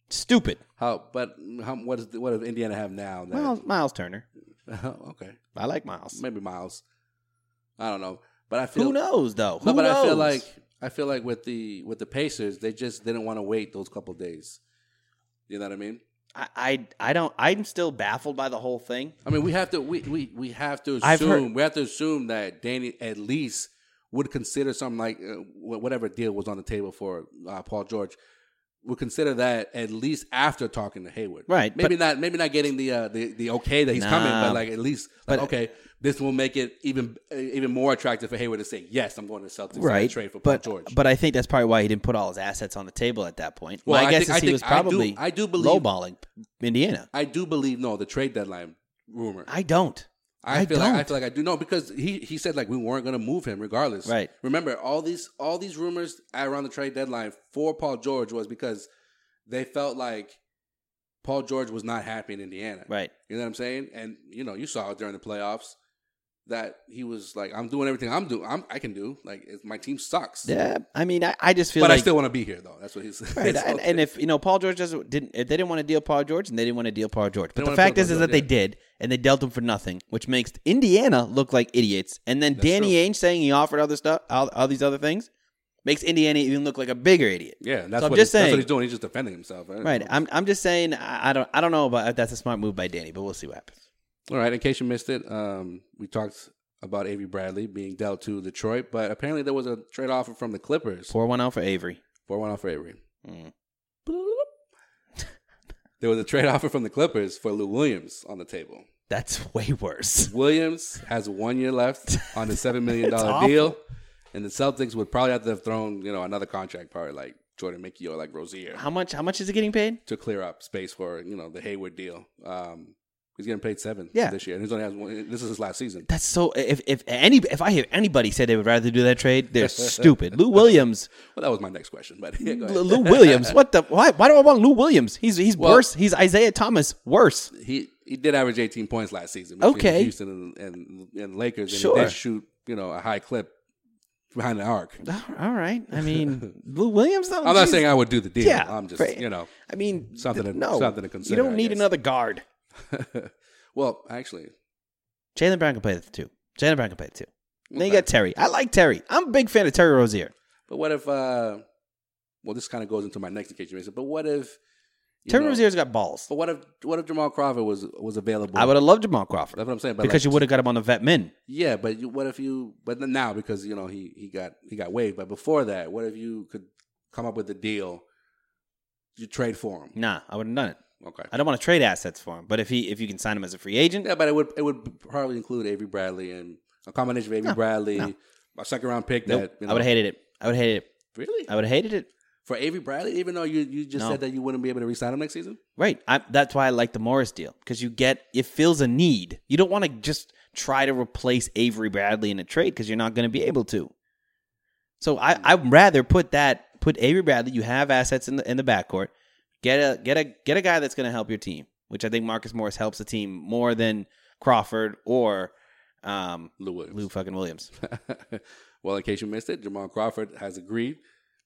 Speaker 5: Stupid.
Speaker 6: how? But how, what is what does Indiana have now? That,
Speaker 5: Miles, Miles Turner.
Speaker 6: okay,
Speaker 5: I like Miles.
Speaker 6: maybe Miles. I don't know, but I feel
Speaker 5: Who knows though?
Speaker 6: No,
Speaker 5: Who
Speaker 6: but
Speaker 5: knows?
Speaker 6: I feel like I feel like with the with the Pacers, they just didn't want to wait those couple days. You know what I mean?
Speaker 5: I, I I don't I'm still baffled by the whole thing.
Speaker 6: I mean, we have to we we, we have to
Speaker 5: I've heard-
Speaker 6: assume we have to assume that Danny at least would consider something like uh, wh- whatever deal was on the table for uh, Paul George would consider that at least after talking to Hayward.
Speaker 5: Right,
Speaker 6: Maybe not maybe not getting the uh, the the okay that he's coming,
Speaker 5: Nah.
Speaker 6: but like at least like,
Speaker 5: But-
Speaker 6: okay, this will make it even uh, even more attractive for Hayward to say yes, I'm going to Celtics
Speaker 5: Right.
Speaker 6: and trade for
Speaker 5: but,
Speaker 6: Paul George.
Speaker 5: But I think that's probably why he didn't put all his assets on the table at that point.
Speaker 6: Well,
Speaker 5: My
Speaker 6: I
Speaker 5: guess
Speaker 6: think-
Speaker 5: is
Speaker 6: I
Speaker 5: he
Speaker 6: think-
Speaker 5: was
Speaker 6: I do-
Speaker 5: probably
Speaker 6: I do believe-
Speaker 5: lowballing Indiana.
Speaker 6: I do believe no, the trade deadline rumor.
Speaker 5: I don't.
Speaker 6: I,
Speaker 5: I
Speaker 6: feel like I
Speaker 5: don't.
Speaker 6: feel like I do know because he he said like we weren't going to move him regardless.
Speaker 5: Right.
Speaker 6: Remember all these all these rumors around the trade deadline for Paul George was because they felt like Paul George was not happy in Indiana.
Speaker 5: Right.
Speaker 6: You know what I'm saying? And you know you saw it during the playoffs. that he was like, I'm doing everything I'm doing. I'm, I can do. Like it, my team sucks.
Speaker 5: Yeah, I mean, I, I just feel
Speaker 6: But I
Speaker 5: like-
Speaker 6: still want to be here though. That's what he's.
Speaker 5: Right,
Speaker 6: that's
Speaker 5: and,
Speaker 6: all.
Speaker 5: and if you know Paul George doesn't didn't if they didn't want to deal Paul George and they didn't want to deal Paul George,
Speaker 6: They
Speaker 5: but
Speaker 6: don't
Speaker 5: the
Speaker 6: wanna deal
Speaker 5: fact is
Speaker 6: Paul
Speaker 5: is
Speaker 6: George,
Speaker 5: that they
Speaker 6: yeah.
Speaker 5: did and they dealt him for nothing, which makes Indiana look like idiots. And then Danny Ainge saying he offered other stuff, all, all these other things, makes Indiana even look like a bigger idiot.
Speaker 6: yeah, that's
Speaker 5: so
Speaker 6: what
Speaker 5: I'm just
Speaker 6: he's, that's
Speaker 5: saying.
Speaker 6: what he's doing. He's just defending himself.
Speaker 5: Right, I'm I'm just saying I, I don't I don't know about that's a smart move by Danny, but we'll see what happens.
Speaker 6: All right. In case you missed it, um, we talked about Avery Bradley being dealt to Detroit, but apparently there was a trade offer from the Clippers.
Speaker 5: Pour one out for Avery.
Speaker 6: Pour one out for Avery.
Speaker 5: Mm.
Speaker 6: There was a trade offer from the Clippers for Lou Williams on the table.
Speaker 5: That's way worse.
Speaker 6: Williams has one year left on the seven million
Speaker 5: It's
Speaker 6: dollar
Speaker 5: awful.
Speaker 6: deal, and the Celtics would probably have to have thrown you know another contract probably like Jordan Mickey or like Rozier
Speaker 5: How much how much is it getting paid?
Speaker 6: to clear up space for you know the Hayward deal. Um, he's getting paid seven
Speaker 5: Yeah.
Speaker 6: this year, and he's only has one. This is his last season.
Speaker 5: That's so if if any if I hear anybody say they would rather do that trade, they're stupid. Lou Williams
Speaker 6: Well, that was my next question, but yeah, go ahead.
Speaker 5: L- Lou Williams. What the? Why? Why do I want Lou Williams? He's he's
Speaker 6: Well-
Speaker 5: worse. He's Isaiah Thomas worse.
Speaker 6: he he did average 18 points last season. between
Speaker 5: Okay.
Speaker 6: Houston and, and, and Lakers, and
Speaker 5: Sure.
Speaker 6: he did shoot you know a high clip behind the arc.
Speaker 5: All right. I mean, Lou Williams. Though,
Speaker 6: I'm not
Speaker 5: Oh, geez.
Speaker 6: saying I would do the deal.
Speaker 5: Yeah,
Speaker 6: I'm just
Speaker 5: right.
Speaker 6: you know
Speaker 5: I mean,
Speaker 6: something to,
Speaker 5: no,
Speaker 6: something to consider.
Speaker 5: You don't
Speaker 6: I
Speaker 5: need
Speaker 6: guess.
Speaker 5: another guard.
Speaker 6: well, actually,
Speaker 5: Jalen Brown can play the two. Jalen Brown can play the two. Then you
Speaker 6: Okay.
Speaker 5: got Terry. I like Terry. I'm a big fan of Terry Rozier.
Speaker 6: but what if? uh Well, this kind of goes into my next occasion, Mason, but what if? you
Speaker 5: Terry
Speaker 6: know, Oh,
Speaker 5: Rozier's got balls.
Speaker 6: But what if? What if Jamal Crawford was was available?
Speaker 5: I would have loved Jamal Crawford
Speaker 6: That's what I'm saying. But
Speaker 5: because
Speaker 6: like,
Speaker 5: you would have got him on the vet min.
Speaker 6: Yeah, but you, what if you? But then now because you know he he got he got waived. But before that, what if you could come up with a deal? You trade for him.
Speaker 5: Nah, I wouldn't have done it.
Speaker 6: Okay.
Speaker 5: I don't want to trade assets for him. But if he if you can sign him as a free agent,
Speaker 6: Yeah, but it would it would probably include Avery Bradley and a combination of Avery
Speaker 5: No,
Speaker 6: Bradley,
Speaker 5: no.
Speaker 6: a second round pick
Speaker 5: nope,
Speaker 6: that you
Speaker 5: I
Speaker 6: know,
Speaker 5: would have hated it. I would have hated it.
Speaker 6: Really?
Speaker 5: I would have hated it.
Speaker 6: for Avery Bradley, even though you, you just
Speaker 5: No.
Speaker 6: said that you wouldn't be able to resign him next season?
Speaker 5: Right. I, that's why I like the Morris deal because you get it fills a need. You don't want to just try to replace Avery Bradley in a trade because you're not going to be able to. So
Speaker 6: Mm.
Speaker 5: I I'd rather put that put Avery Bradley. You have assets in the in the backcourt. Get a get a get a guy that's going to help your team, which I think Marcus Morris helps the team more than Crawford or um,
Speaker 6: Lou Williams.
Speaker 5: Lou fucking Williams.
Speaker 6: well, in case you missed it, Jamal Crawford has agreed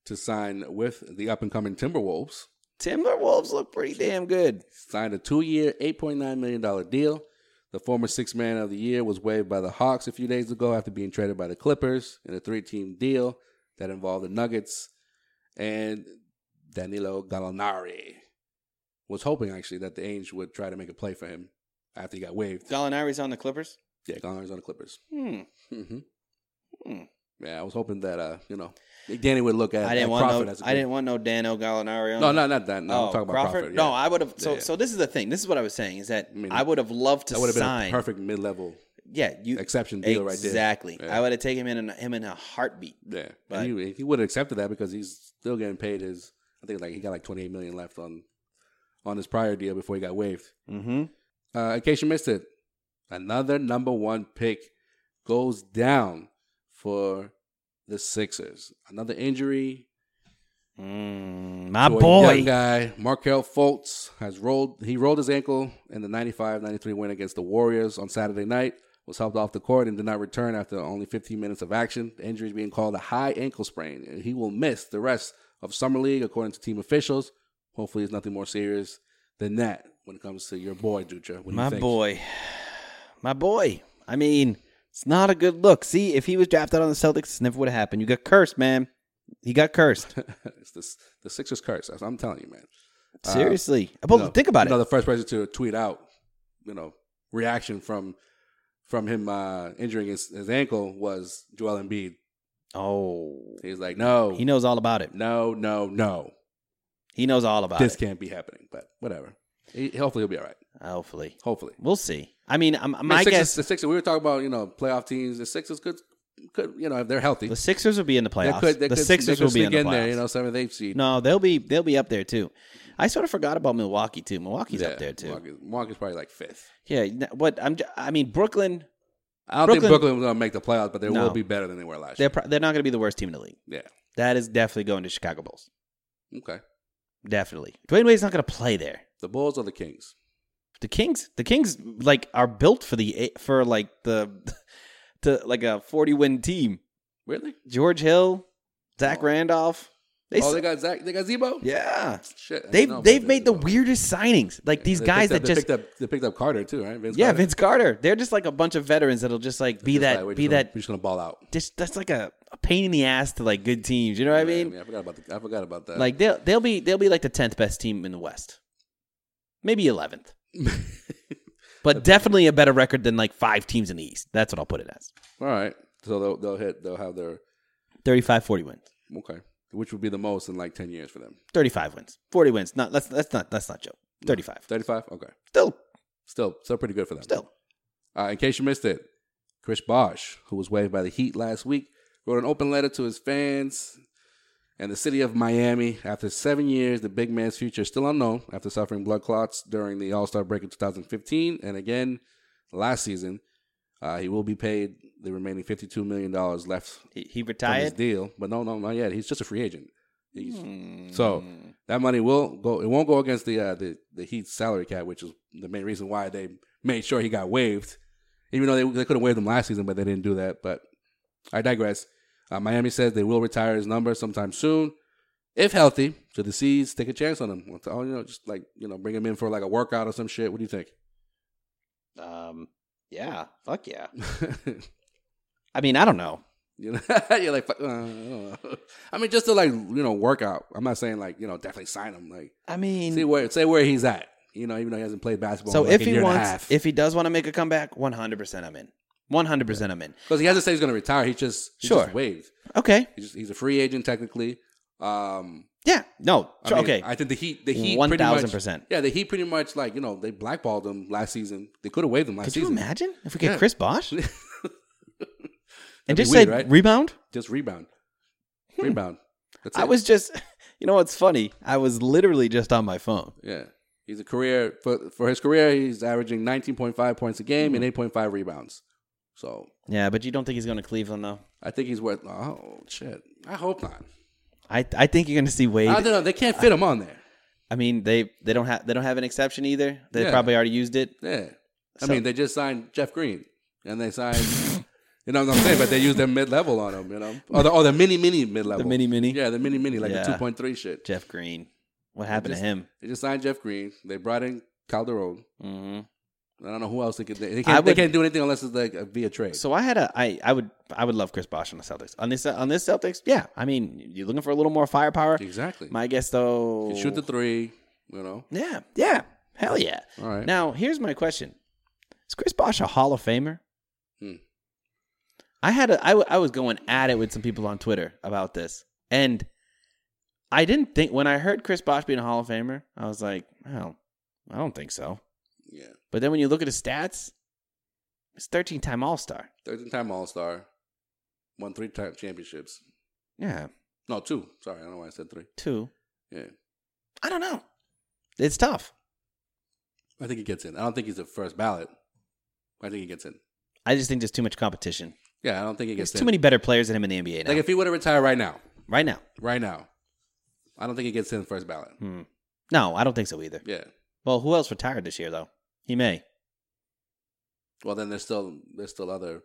Speaker 6: to sign with the up and coming Timberwolves.
Speaker 5: Timberwolves look pretty damn good.
Speaker 6: Signed a two year, $8.9 million deal. The former six man of the year was waived by the Hawks a few days ago after being traded by the Clippers in a three team deal that involved the Nuggets and Danilo Gallinari. Was hoping actually that the Ainge would try to make a play for him after he got waived.
Speaker 5: Gallinari's on the Clippers.
Speaker 6: Yeah, Gallinari's on the Clippers.
Speaker 5: Hmm.
Speaker 6: hmm
Speaker 5: Hmm.
Speaker 6: Yeah, I was hoping that uh, you know, Danny would look at.
Speaker 5: I didn't
Speaker 6: at
Speaker 5: want
Speaker 6: Crawford
Speaker 5: no.
Speaker 6: as a
Speaker 5: I didn't want no Dano Gallinari. on
Speaker 6: No,
Speaker 5: the-
Speaker 6: no, not that. No, I'm talking about Crawford. yeah.
Speaker 5: No, I would have. So,
Speaker 6: Yeah, yeah.
Speaker 5: so this is the thing. This is what I was saying is that I,
Speaker 6: mean,
Speaker 5: would have loved to
Speaker 6: that would have been
Speaker 5: sign.
Speaker 6: a perfect mid-level
Speaker 5: yeah, you
Speaker 6: exception deal right there.
Speaker 5: Exactly.
Speaker 6: Yeah.
Speaker 5: I would have taken him in a, him in a heartbeat.
Speaker 6: Yeah,
Speaker 5: But-
Speaker 6: And he, he would have accepted that because he's still getting paid his. I think like he got like 28 million left on on his prior deal before he got waived.
Speaker 5: Mm-hmm.
Speaker 6: Uh, in case you missed it, another number one pick goes down for the Sixers. Another injury.
Speaker 5: Mm, my
Speaker 6: to a young
Speaker 5: boy.
Speaker 6: guy Markel Fultz has rolled. He rolled his ankle in the 95-93 win against the Warriors on Saturday night. Was helped off the court and did not return after only 15 minutes of action. The injury is being called a high ankle sprain, and he will miss the rest of summer league, according to team officials. Hopefully, it's nothing more serious than that when it comes to your boy Dutra. What do you
Speaker 5: My
Speaker 6: think?
Speaker 5: boy. My boy. I mean, it's not a good look. See, if he was drafted on the Celtics, this never would have happened. You got cursed, man. He got cursed.
Speaker 6: it's this, the Sixers curse. That's what I'm telling you, man. Uh,
Speaker 5: Seriously. well,
Speaker 6: you know,
Speaker 5: think
Speaker 6: you
Speaker 5: about it.
Speaker 6: know, the first person to tweet out, you know, reaction from from him uh, injuring his, his ankle was Joel Embiid.
Speaker 5: oh,
Speaker 6: He's like, no,
Speaker 5: he knows all about it.
Speaker 6: no, no, no,
Speaker 5: He knows all about
Speaker 6: this
Speaker 5: it.
Speaker 6: can't be happening. But whatever. He, hopefully, he'll be all right.
Speaker 5: Hopefully,
Speaker 6: Hopefully,
Speaker 5: we'll see. I mean, I'm,
Speaker 6: I mean,
Speaker 5: my
Speaker 6: Sixers-
Speaker 5: guess
Speaker 6: the Sixers. We were talking about you know playoff teams. The Sixers could could you know if they're healthy,
Speaker 5: The Sixers will be in the
Speaker 6: they
Speaker 5: playoffs.
Speaker 6: could they
Speaker 5: the
Speaker 6: could, they
Speaker 5: Sixers
Speaker 6: could
Speaker 5: will be
Speaker 6: sneak
Speaker 5: in the playoffs.
Speaker 6: there. You know, seventh, eighth seed.
Speaker 5: no, they'll be they'll be up there too. I sort of forgot about Milwaukee too. Milwaukee's
Speaker 6: Yeah,
Speaker 5: up there too.
Speaker 6: Milwaukee- Milwaukee's probably like fifth.
Speaker 5: Yeah, n- what I'm j- I mean Brooklyn,
Speaker 6: I don't think
Speaker 5: Brooklyn-
Speaker 6: Brooklyn was going to make the playoffs, but they
Speaker 5: No.
Speaker 6: will be better than they were last
Speaker 5: they're
Speaker 6: year.
Speaker 5: pro- they're not going to be the worst team in the league.
Speaker 6: Yeah.
Speaker 5: That is definitely going to Chicago Bulls.
Speaker 6: Okay.
Speaker 5: Definitely. Dwayne Wade's not going to play there.
Speaker 6: The Bulls or the Kings?
Speaker 5: The Kings, the Kings like are built for the for like the to like a 40 win team.
Speaker 6: Really?
Speaker 5: George Hill, Zach Randolph. They,
Speaker 6: oh,
Speaker 5: s-
Speaker 6: they got Zach. They got Zebo.
Speaker 5: Yeah.
Speaker 6: Shit. I didn't
Speaker 5: they've
Speaker 6: know about
Speaker 5: they've
Speaker 6: that.
Speaker 5: made the weirdest signings. Like these
Speaker 6: They
Speaker 5: guys
Speaker 6: picked up-
Speaker 5: that
Speaker 6: they
Speaker 5: just
Speaker 6: picked up, they picked up Carter too, right? Vince
Speaker 5: yeah,
Speaker 6: Carter.
Speaker 5: Vince Carter. They're just like a bunch of veterans that'll just like be
Speaker 6: Just
Speaker 5: that
Speaker 6: like, we're
Speaker 5: be
Speaker 6: just gonna-
Speaker 5: that
Speaker 6: We're just gonna ball out.
Speaker 5: just that's like a, a pain in the ass to like good teams. You know what I mean?
Speaker 6: I forgot about the, I forgot about that.
Speaker 5: Like they'll they'll be they'll be like the tenth best team in the West, maybe eleventh, but definitely a better record than like five teams in the East. That's what I'll put it as.
Speaker 6: all right, so they'll they'll hit. They'll have their
Speaker 5: 35, 40 wins,
Speaker 6: okay, which would be the most in like ten years for them.
Speaker 5: thirty five wins, forty wins. Not that's that's not that's not joke. Thirty five.
Speaker 6: Thirty five. Okay,
Speaker 5: Still
Speaker 6: still still pretty good for them.
Speaker 5: Still.
Speaker 6: uh, in case you missed it, Chris Bosch, who was waived by the Heat last week, wrote an open letter to his fans and the city of Miami. After seven years, the big man's future is still unknown after suffering blood clots during the All Star break in 2015 and again last season. Uh, he will be paid the remaining $52 million left
Speaker 5: he, he
Speaker 6: from his
Speaker 5: retired.
Speaker 6: deal, but no, no, not yet. He's just a free agent. He's,
Speaker 5: Hmm.
Speaker 6: So that money will go. It won't go against the uh, the the Heat's salary cap, which is the main reason why they made sure he got waived. Even though they they could have waived him last season, but they didn't do that. But I digress. Uh, Miami says they will retire his number sometime soon, if healthy. So the Seas take a chance on him. Oh, you know, just like you know, bring him in for like a workout or some shit. What do you think?
Speaker 5: Um, yeah, fuck yeah. I mean, I don't know.
Speaker 6: You know, you're like, fuck, uh, I, don't know. I mean, just to like, you know, work out. I'm not saying like, you know, definitely sign him. Like,
Speaker 5: I mean,
Speaker 6: see where, say where he's at. You know, even though he hasn't played basketball.
Speaker 5: Mm. so
Speaker 6: in, like,
Speaker 5: if
Speaker 6: a
Speaker 5: he
Speaker 6: year
Speaker 5: wants, if he does want to make a comeback, one hundred percent, I'm in. One hundred percent, I'm in.
Speaker 6: because he hasn't said he's going to retire, he just he
Speaker 5: Sure.
Speaker 6: just waived.
Speaker 5: Okay.
Speaker 6: He's, just, he's a free agent technically. Um,
Speaker 5: Yeah. No.
Speaker 6: I
Speaker 5: sure,
Speaker 6: mean,
Speaker 5: okay.
Speaker 6: I think the Heat, the Heat,
Speaker 5: One
Speaker 6: pretty much-
Speaker 5: thousand percent.
Speaker 6: Yeah, the Heat pretty much like you know they blackballed him last season. They could have waived him last
Speaker 5: Could you
Speaker 6: season.
Speaker 5: imagine if we get
Speaker 6: Yeah.
Speaker 5: Chris Bosch and just
Speaker 6: weird,
Speaker 5: said
Speaker 6: right?
Speaker 5: rebound?
Speaker 6: Just rebound, rebound. That's
Speaker 5: Hmm. I
Speaker 6: it.
Speaker 5: was just, you know, what's funny? I was literally just on my phone.
Speaker 6: Yeah. He's a career for for his career, he's averaging 19.5 points a game
Speaker 5: Hmm.
Speaker 6: and 8.5 rebounds. So,
Speaker 5: Yeah, but you don't think he's going to Cleveland though?
Speaker 6: I think he's worth Oh, shit. I hope not.
Speaker 5: I I think you're going to see Wade.
Speaker 6: I don't know. They can't fit him on there.
Speaker 5: I mean, they they don't have they don't have an exception either. They
Speaker 6: Yeah.
Speaker 5: probably already used it.
Speaker 6: Yeah. I
Speaker 5: So-
Speaker 6: mean, they just signed Jeff Green and they signed You know what I'm saying? But they use their mid level on him, you know? Or the, or the mini, mini mid level.
Speaker 5: The mini mini.
Speaker 6: Yeah, the mini, mini, like
Speaker 5: Yeah.
Speaker 6: the 2.3 shit.
Speaker 5: Jeff Green. What happened
Speaker 6: just-
Speaker 5: to him?
Speaker 6: They just signed Jeff Green. They brought in Calderon.
Speaker 5: Mm-hmm.
Speaker 6: I don't know who else they could. They, they,
Speaker 5: I
Speaker 6: can't, they
Speaker 5: would-
Speaker 6: can't do anything unless it's like a, via trade.
Speaker 5: So I had a I I would I would love Chris Bosh on the Celtics. On this on this Celtics, yeah. I mean, you're looking for a little more firepower.
Speaker 6: exactly.
Speaker 5: My guess though,
Speaker 6: You shoot the three, you know?
Speaker 5: yeah yeah hell yeah.
Speaker 6: All right.
Speaker 5: Now here's my question: Is Chris Bosh a Hall of Famer?
Speaker 6: Hmm.
Speaker 5: I had a I w- I was going at it with some people on Twitter about this, and I didn't think when I heard Chris Bosh being a Hall of Famer, I was like, oh, I don't think so.
Speaker 6: yeah.
Speaker 5: But then when you look at his stats, he's 13 time All Star.
Speaker 6: 13 time All Star, won three time championships.
Speaker 5: Yeah,
Speaker 6: No, two. Sorry, I don't know why I said three.
Speaker 5: two.
Speaker 6: Yeah.
Speaker 5: I don't know. It's tough.
Speaker 6: I think he gets in. I don't think he's the first ballot. I think he gets in.
Speaker 5: I just think there's too much competition.
Speaker 6: Yeah, I don't think he
Speaker 5: There's
Speaker 6: gets in.
Speaker 5: too many better players than him in the NBA now.
Speaker 6: Like, if he were to retire right now,
Speaker 5: right now.
Speaker 6: right now, I don't think he gets in first ballot.
Speaker 5: Hmm. No, I don't think so either.
Speaker 6: Yeah.
Speaker 5: Well, who else retired this year though? He may.
Speaker 6: Well, then there's still there's still other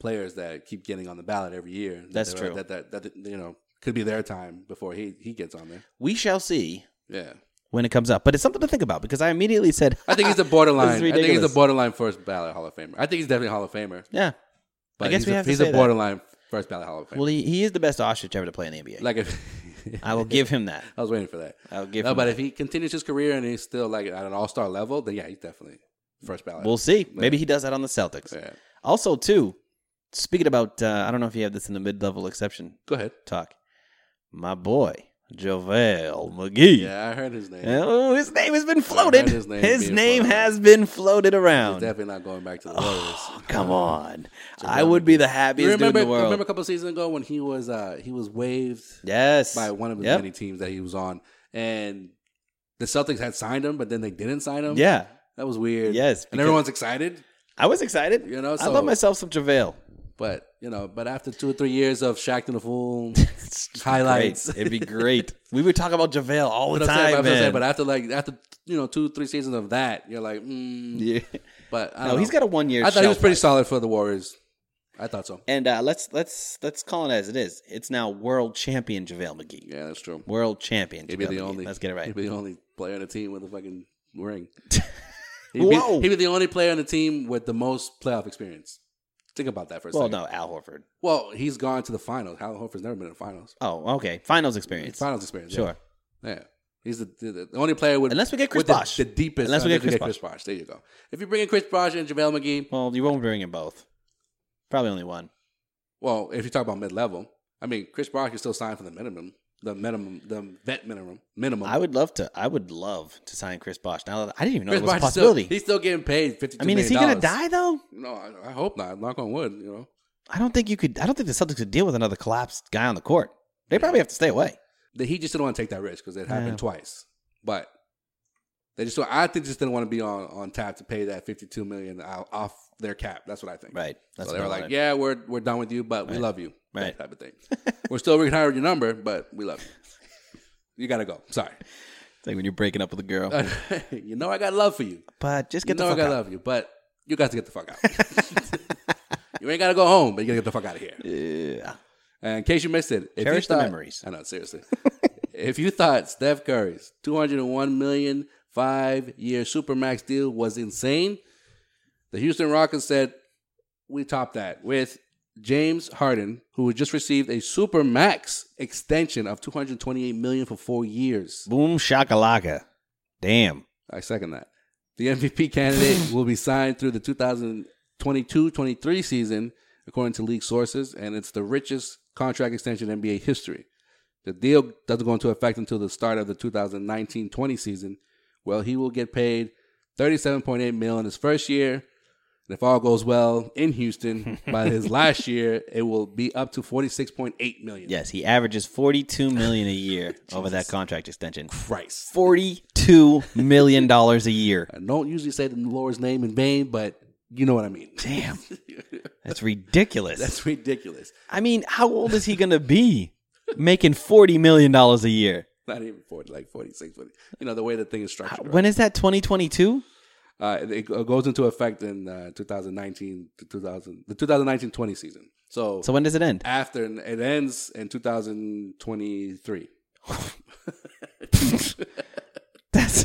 Speaker 6: players that keep getting on the ballot every year. that
Speaker 5: That's
Speaker 6: they're-
Speaker 5: true.
Speaker 6: That, that, that, you know, could be their time before he, he gets on there.
Speaker 5: We shall see
Speaker 6: Yeah.
Speaker 5: when it comes up. But it's something to think about because I immediately said
Speaker 6: I think he's a borderline. I think he's a
Speaker 5: ridiculous.
Speaker 6: borderline first ballot Hall of Famer. I think he's definitely a Hall of Famer.
Speaker 5: Yeah.
Speaker 6: But
Speaker 5: I guess
Speaker 6: he's
Speaker 5: we
Speaker 6: a,
Speaker 5: have to
Speaker 6: he's
Speaker 5: say
Speaker 6: a
Speaker 5: that.
Speaker 6: borderline first ballot Hall of Famer.
Speaker 5: Well, he, he is the best ostrich ever to play in the NBA.
Speaker 6: Like if
Speaker 5: I will give him that.
Speaker 6: I was waiting for that.
Speaker 5: I'll give
Speaker 6: no,
Speaker 5: him
Speaker 6: but
Speaker 5: that.
Speaker 6: if he continues his career and he's still like at an all star level, then yeah, he's definitely first ballot.
Speaker 5: We'll see. Maybe he does that on the Celtics.
Speaker 6: Yeah.
Speaker 5: Also, too, speaking about, uh, I don't know if you have this in the mid-level exception
Speaker 6: Go ahead.
Speaker 5: talk. My boy, JaVale McGee.
Speaker 6: Yeah, I heard his name.
Speaker 5: Oh, his name has been floated.
Speaker 6: his
Speaker 5: His
Speaker 6: name
Speaker 5: name,
Speaker 6: being floated.
Speaker 5: has been floated
Speaker 6: He's
Speaker 5: around.
Speaker 6: definitely not going back to the Warriors. Uh,
Speaker 5: Oh, come on. I would be the
Speaker 6: You
Speaker 5: happiest
Speaker 6: remember,
Speaker 5: dude in the world.
Speaker 6: remember a couple seasons ago when he was uh, he was waived
Speaker 5: yes.
Speaker 6: by one of the
Speaker 5: Yep.
Speaker 6: many teams that he was on, and the Celtics had signed him, but then they didn't sign him.
Speaker 5: Yeah.
Speaker 6: that was weird.
Speaker 5: Yes,
Speaker 6: and
Speaker 5: because-
Speaker 6: everyone's excited.
Speaker 5: I was excited.
Speaker 6: You know,
Speaker 5: I
Speaker 6: so-
Speaker 5: love myself some JaVale.
Speaker 6: But you know, but after two or three years of Shaq and the Fool
Speaker 5: It's just
Speaker 6: highlights,
Speaker 5: great. It'd be great. we would talk about JaVale all the
Speaker 6: But I'm saying-
Speaker 5: time,
Speaker 6: I'm saying,
Speaker 5: man.
Speaker 6: but after like after you know two three seasons of that, you're like, mm.
Speaker 5: yeah.
Speaker 6: but I
Speaker 5: No,
Speaker 6: don't know.
Speaker 5: he's got a one year
Speaker 6: I thought he was
Speaker 5: shelf
Speaker 6: pretty
Speaker 5: life.
Speaker 6: solid for the Warriors. I thought so.
Speaker 5: And uh, let's let's let's call it as it is. It's now world champion JaVale McGee.
Speaker 6: Yeah, that's true.
Speaker 5: World champion.
Speaker 6: He'd be
Speaker 5: JaVale
Speaker 6: the
Speaker 5: McGee.
Speaker 6: only.
Speaker 5: Let's get it right.
Speaker 6: He'd be the only player on the team with a fucking ring. he'd, be, he'd be the only player on the team with the most playoff experience. Think about that for a
Speaker 5: well,
Speaker 6: second.
Speaker 5: no, Al Horford.
Speaker 6: Well, he's gone to the finals. Hal Horford's never been in the finals.
Speaker 5: Oh, okay. Finals experience.
Speaker 6: Finals experience. yeah.
Speaker 5: Sure.
Speaker 6: Yeah. He's the, the, the only player with
Speaker 5: Unless we get Chris
Speaker 6: with the-
Speaker 5: Bosh.
Speaker 6: The, deepest.
Speaker 5: Unless we
Speaker 6: uh,
Speaker 5: get
Speaker 6: if
Speaker 5: Chris Bosh.
Speaker 6: There you go. If you bring in Chris Bosh and JaVale McGee,
Speaker 5: Well, you won't bring in both. Probably only one.
Speaker 6: well, if you talk about mid level, I mean Chris Bosh can still sign for the minimum, the minimum, the vet minimum, minimum.
Speaker 5: I would love to. I would love to sign Chris Bosch. Now that- I didn't even know
Speaker 6: Chris
Speaker 5: it was a
Speaker 6: Bosh is still,
Speaker 5: possibility.
Speaker 6: he's still getting paid fifty.
Speaker 5: I mean, is he going to die though?
Speaker 6: No, I, I hope not. Knock on wood. You know,
Speaker 5: I don't think you could. I don't think the Celtics could deal with another collapsed guy on the court. They probably have to stay away.
Speaker 6: that he just didn't want to take that risk because it happened
Speaker 5: Yeah.
Speaker 6: twice. But they just, I think, just didn't want to be on on tap to pay that fifty two million out- off their cap. That's what I think.
Speaker 5: Right. That's
Speaker 6: so
Speaker 5: what
Speaker 6: they
Speaker 5: I
Speaker 6: were like,
Speaker 5: wanted.
Speaker 6: "Yeah, we're we're done with you, but we
Speaker 5: Right.
Speaker 6: love you." That
Speaker 5: Right.
Speaker 6: type of thing. we're still retiring your number, but we love you. You gotta go. Sorry.
Speaker 5: It's like when you're breaking up with a girl.
Speaker 6: you know I got love for you.
Speaker 5: but just get
Speaker 6: you
Speaker 5: the
Speaker 6: know
Speaker 5: fuck
Speaker 6: I got
Speaker 5: out.
Speaker 6: love for you, but you got to get the fuck out. you ain't gotta go home, but you gotta get the fuck out of here.
Speaker 5: Yeah.
Speaker 6: And in case you missed it, if
Speaker 5: Cherish
Speaker 6: you
Speaker 5: the
Speaker 6: thought,
Speaker 5: memories.
Speaker 6: I know, seriously. if you thought Steph Curry's 201 million five year supermax deal was insane, the Houston Rockets said we topped that with James Harden, who just received a supermax extension of 228 million for four years.
Speaker 5: Boom shakalaka. Damn.
Speaker 6: I second that. The MVP candidate will be signed through the 2022-23 season, according to league sources, and it's the richest contract extension in NBA history. The deal doesn't go into effect until the start of the 2019-20 season. Well, he will get paid 37.8 mil in his first year, and if all goes well in Houston by his last year, it will be up to 46.8 million.
Speaker 5: Yes, he averages 42 million a year over that contract extension.
Speaker 6: Christ.
Speaker 5: 42 million dollars a year.
Speaker 6: I don't usually say the Lord's name in vain, but you know what I mean.
Speaker 5: Damn. That's ridiculous.
Speaker 6: That's ridiculous.
Speaker 5: I mean, how old is he going to be making 40 million dollars a year?
Speaker 6: not even 40, like 46, 40. You know, the way the thing is structured.
Speaker 5: When is that 2022?
Speaker 6: right? uh, it go- goes into effect in uh, 2019 to 2000, the 2019 20 season. So,
Speaker 5: So when does it end?
Speaker 6: after it ends in 2023.
Speaker 5: That's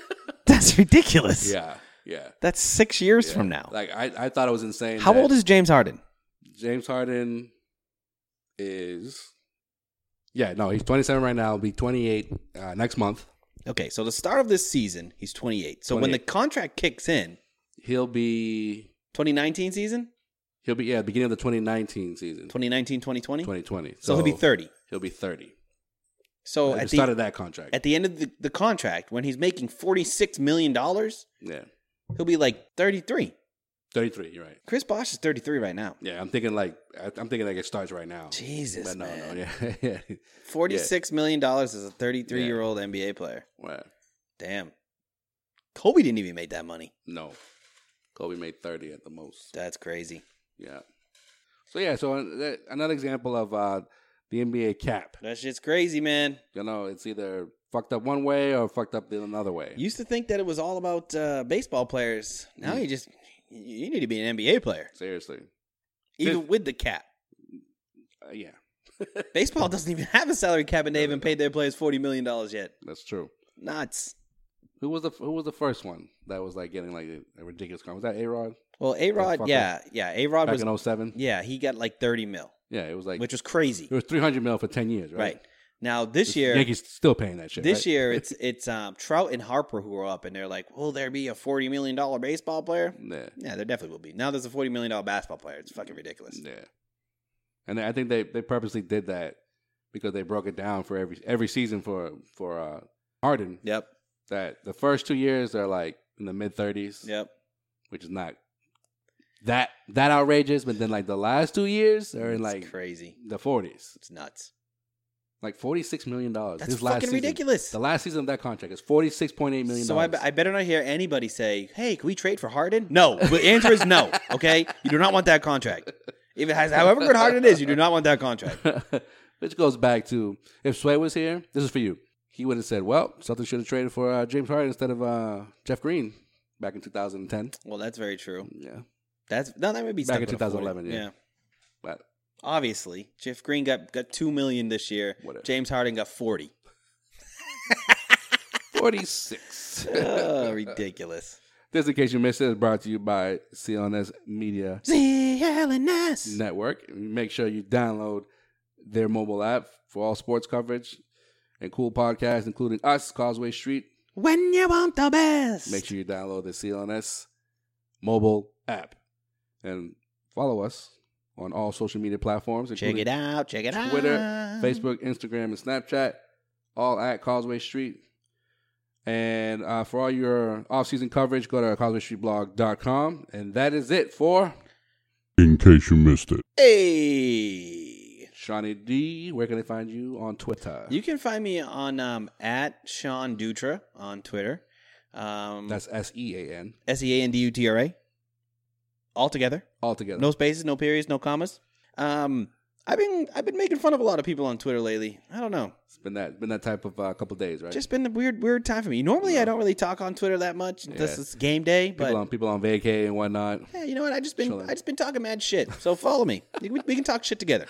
Speaker 5: That's ridiculous.
Speaker 6: Yeah. Yeah.
Speaker 5: That's 6 years
Speaker 6: yeah.
Speaker 5: from now.
Speaker 6: Like, I, I thought it was insane.
Speaker 5: how
Speaker 6: that
Speaker 5: old is James Harden?
Speaker 6: James Harden? Is. Yeah, no, he's 27 right now. He'll be 28 uh, next month.
Speaker 5: Okay, so the start of this season, he's 28. So when the
Speaker 6: 28.
Speaker 5: contract kicks in,
Speaker 6: He'll be.
Speaker 5: 2019 season?
Speaker 6: He'll be, yeah, beginning of the 2019 season.
Speaker 5: 2019 2020?
Speaker 6: 2020.
Speaker 5: So he'll be 30.
Speaker 6: He'll be 30.
Speaker 5: So
Speaker 6: At
Speaker 5: at
Speaker 6: the start
Speaker 5: the,
Speaker 6: of that contract.
Speaker 5: at the end of the, the contract, when he's making $46 million, he'll
Speaker 6: yeah.
Speaker 5: be like 33.
Speaker 6: 33, you're right.
Speaker 5: Chris Bosch is 33 right now.
Speaker 6: Yeah, I'm thinking like I- I'm thinking like it starts right now.
Speaker 5: Jesus,
Speaker 6: But no,
Speaker 5: man.
Speaker 6: no, yeah, yeah.
Speaker 5: $46 million dollars as a 33 year old NBA player.
Speaker 6: Wow.
Speaker 5: Damn. Kobe didn't even make that money.
Speaker 6: No, Kobe made 30 at the most.
Speaker 5: That's crazy.
Speaker 6: Yeah. So yeah, so uh, that- another example of uh, the NBA cap.
Speaker 5: That shit's crazy, man.
Speaker 6: You know, it's either fucked up one way or fucked up the another way.
Speaker 5: You used to think that it was all about uh, baseball players. Now
Speaker 6: Mm.
Speaker 5: you just, you need to be an NBA player,
Speaker 6: Seriously.
Speaker 5: even with the cap.
Speaker 6: Uh, yeah,
Speaker 5: Baseball doesn't even have a salary cap, and they haven't paid their players $40 million yet.
Speaker 6: that's true.
Speaker 5: Nuts.
Speaker 6: Who was the Who was the first one that was like getting like a ridiculous con? Was that A Rod
Speaker 5: Well, A Rod,
Speaker 6: fucker.
Speaker 5: yeah, yeah, A Rod
Speaker 6: back
Speaker 5: was,
Speaker 6: in 07?
Speaker 5: yeah, he got like thirty mil,
Speaker 6: Yeah, it was like
Speaker 5: which was crazy,
Speaker 6: it was 300 mil for 10 years,
Speaker 5: right?
Speaker 6: right?
Speaker 5: Now this
Speaker 6: The
Speaker 5: year,
Speaker 6: Yankees still paying that shit.
Speaker 5: this
Speaker 6: right?
Speaker 5: year it's it's um, Trout and Harper who are up, and they're like, will there be a forty million dollar baseball player?
Speaker 6: yeah.
Speaker 5: Yeah, there definitely will be. Now there's a forty million dollar basketball player. It's fucking ridiculous.
Speaker 6: Yeah, and I think they, they purposely did that because they broke it down for every every season for for uh, Harden.
Speaker 5: Yep,
Speaker 6: That the first two years are like in the mid thirties,
Speaker 5: yep.
Speaker 6: which is not that that outrageous. But then like the last two years are
Speaker 5: It's
Speaker 6: in like
Speaker 5: crazy.
Speaker 6: the forties,
Speaker 5: It's nuts.
Speaker 6: like forty six million dollars.
Speaker 5: That's
Speaker 6: last
Speaker 5: fucking
Speaker 6: season.
Speaker 5: ridiculous.
Speaker 6: The last season of that contract is forty six point eight million.
Speaker 5: So I, be- I better not hear anybody say, "Hey, can we trade for Harden?" No, the answer is no. Okay, you do not want that contract. If it has, however good Harden is, you do not want that contract.
Speaker 6: Which goes back to if Sway was here, this is for you. He would have said, "Well, something should have traded for uh, James Harden instead of uh, Jeff Green back in 2010."
Speaker 5: Well, that's very true.
Speaker 6: Yeah,
Speaker 5: That's no, that would be
Speaker 6: Back
Speaker 5: stuck
Speaker 6: in
Speaker 5: with a 40.
Speaker 6: 2011, yeah. But
Speaker 5: obviously, Jeff Green got got two million this year. James Harden got forty.
Speaker 6: 46.
Speaker 5: Oh, ridiculous.
Speaker 6: Just in case you missed it, it's brought to you by CLNS Media
Speaker 5: CLNS.
Speaker 6: Network. Make sure you download their mobile app for all sports coverage and cool podcasts, including us, Causeway Street.
Speaker 5: When you want the best.
Speaker 6: Make sure you download the CLNS mobile app and follow us on all social media platforms.
Speaker 5: Check
Speaker 6: including
Speaker 5: it out. Check it out.
Speaker 6: Twitter, Facebook, Instagram, and Snapchat, all at Causeway Street. And uh, for all your off-season coverage, go to causewaystreetblog.com. And that is it for
Speaker 10: In case you missed it.
Speaker 5: Hey.
Speaker 6: Shawnee D. Where can they find you on Twitter?
Speaker 5: You can find me on um, at Sean Dutra on Twitter. Um,
Speaker 6: That's S E A N.
Speaker 5: S E A N D U T R A. All together.
Speaker 6: All together.
Speaker 5: No spaces, no periods, no commas. Um, I've been I've been making fun of a lot of people on Twitter lately. I don't know.
Speaker 6: It's been that been that type of uh, couple days, right?
Speaker 5: Just been a weird weird time for me. Normally I don't really talk on Twitter that much. This
Speaker 6: Yeah.
Speaker 5: is game day,
Speaker 6: people
Speaker 5: but
Speaker 6: on people on vacay and whatnot.
Speaker 5: yeah, you know what? I just been
Speaker 6: Chilling.
Speaker 5: I just been talking mad shit. So follow me. we, we can talk shit together.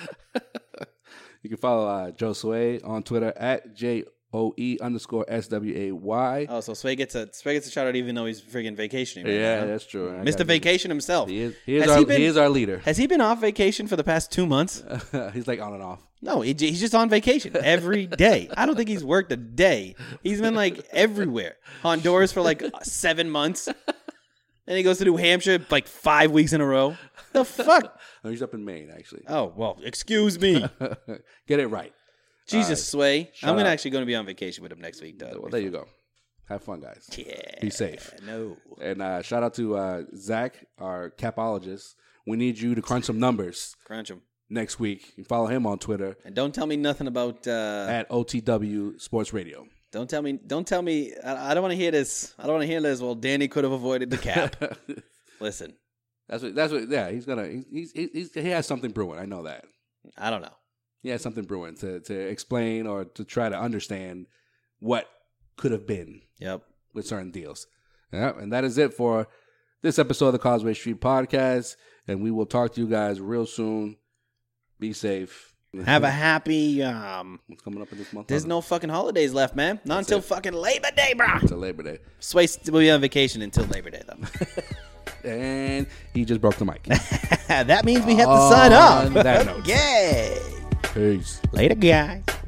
Speaker 6: You can follow uh, Joe Sway on Twitter at J O E underscore S W A Y.
Speaker 5: Oh, so Sway gets a Sway gets a shout out even though he's freaking vacationing. right
Speaker 6: Yeah,
Speaker 5: now.
Speaker 6: that's true. I
Speaker 5: Mr.
Speaker 6: gotta-
Speaker 5: Vacation himself.
Speaker 6: He is, he is
Speaker 5: Has
Speaker 6: our,
Speaker 5: he
Speaker 6: he
Speaker 5: been-
Speaker 6: is our Uh, leader.
Speaker 5: Has he been off vacation for the past two months?
Speaker 6: he's like on and off.
Speaker 5: No, he, j- he's just on vacation every day. I don't think he's worked a day. He's been like everywhere. Honduras for like seven months. Then he goes to New Hampshire like five weeks in a row. The fuck?
Speaker 6: No, Oh, he's up in Maine, actually.
Speaker 5: Oh, well, excuse me.
Speaker 6: Get it right.
Speaker 5: Jesus, Sway.
Speaker 6: shout
Speaker 5: I'm gonna
Speaker 6: out.
Speaker 5: actually going to be on vacation with him next week, though.
Speaker 6: Well, there you go. Have fun, guys.
Speaker 5: Yeah.
Speaker 6: Be safe.
Speaker 5: No.
Speaker 6: And uh, shout out to uh, Zach, our capologist. We need you to crunch some numbers
Speaker 5: Crunch him.
Speaker 6: next week. You can follow him on Twitter
Speaker 5: And don't tell me nothing about. Uh,
Speaker 6: at OTW Sports Radio.
Speaker 5: don't tell me. Don't tell me. I, I don't want to hear this. I don't want to hear this. Well, Danny could have avoided the cap. Listen,
Speaker 6: That's what. That's what. Yeah, he's gonna. He's, he's, he's he has something brewing. I know that.
Speaker 5: I don't know.
Speaker 6: He has something brewing to to explain or to try to understand what could have been.
Speaker 5: Yep.
Speaker 6: With certain deals. Yeah, and that is it for this episode of the Causeway Street Podcast. And we will talk to you guys real soon. Be safe.
Speaker 5: Have a happy. Um,
Speaker 6: What's coming up in this month?
Speaker 5: There's no fucking holidays left, man. Not until fucking Labor Day, bro.
Speaker 6: It's a Labor Day.
Speaker 5: Sway will be on vacation until Labor Day, though.
Speaker 6: And he just broke the mic.
Speaker 5: that means we have to sign
Speaker 6: On that
Speaker 5: off.
Speaker 6: note.
Speaker 5: Yay.
Speaker 6: Peace.
Speaker 5: Later, guys.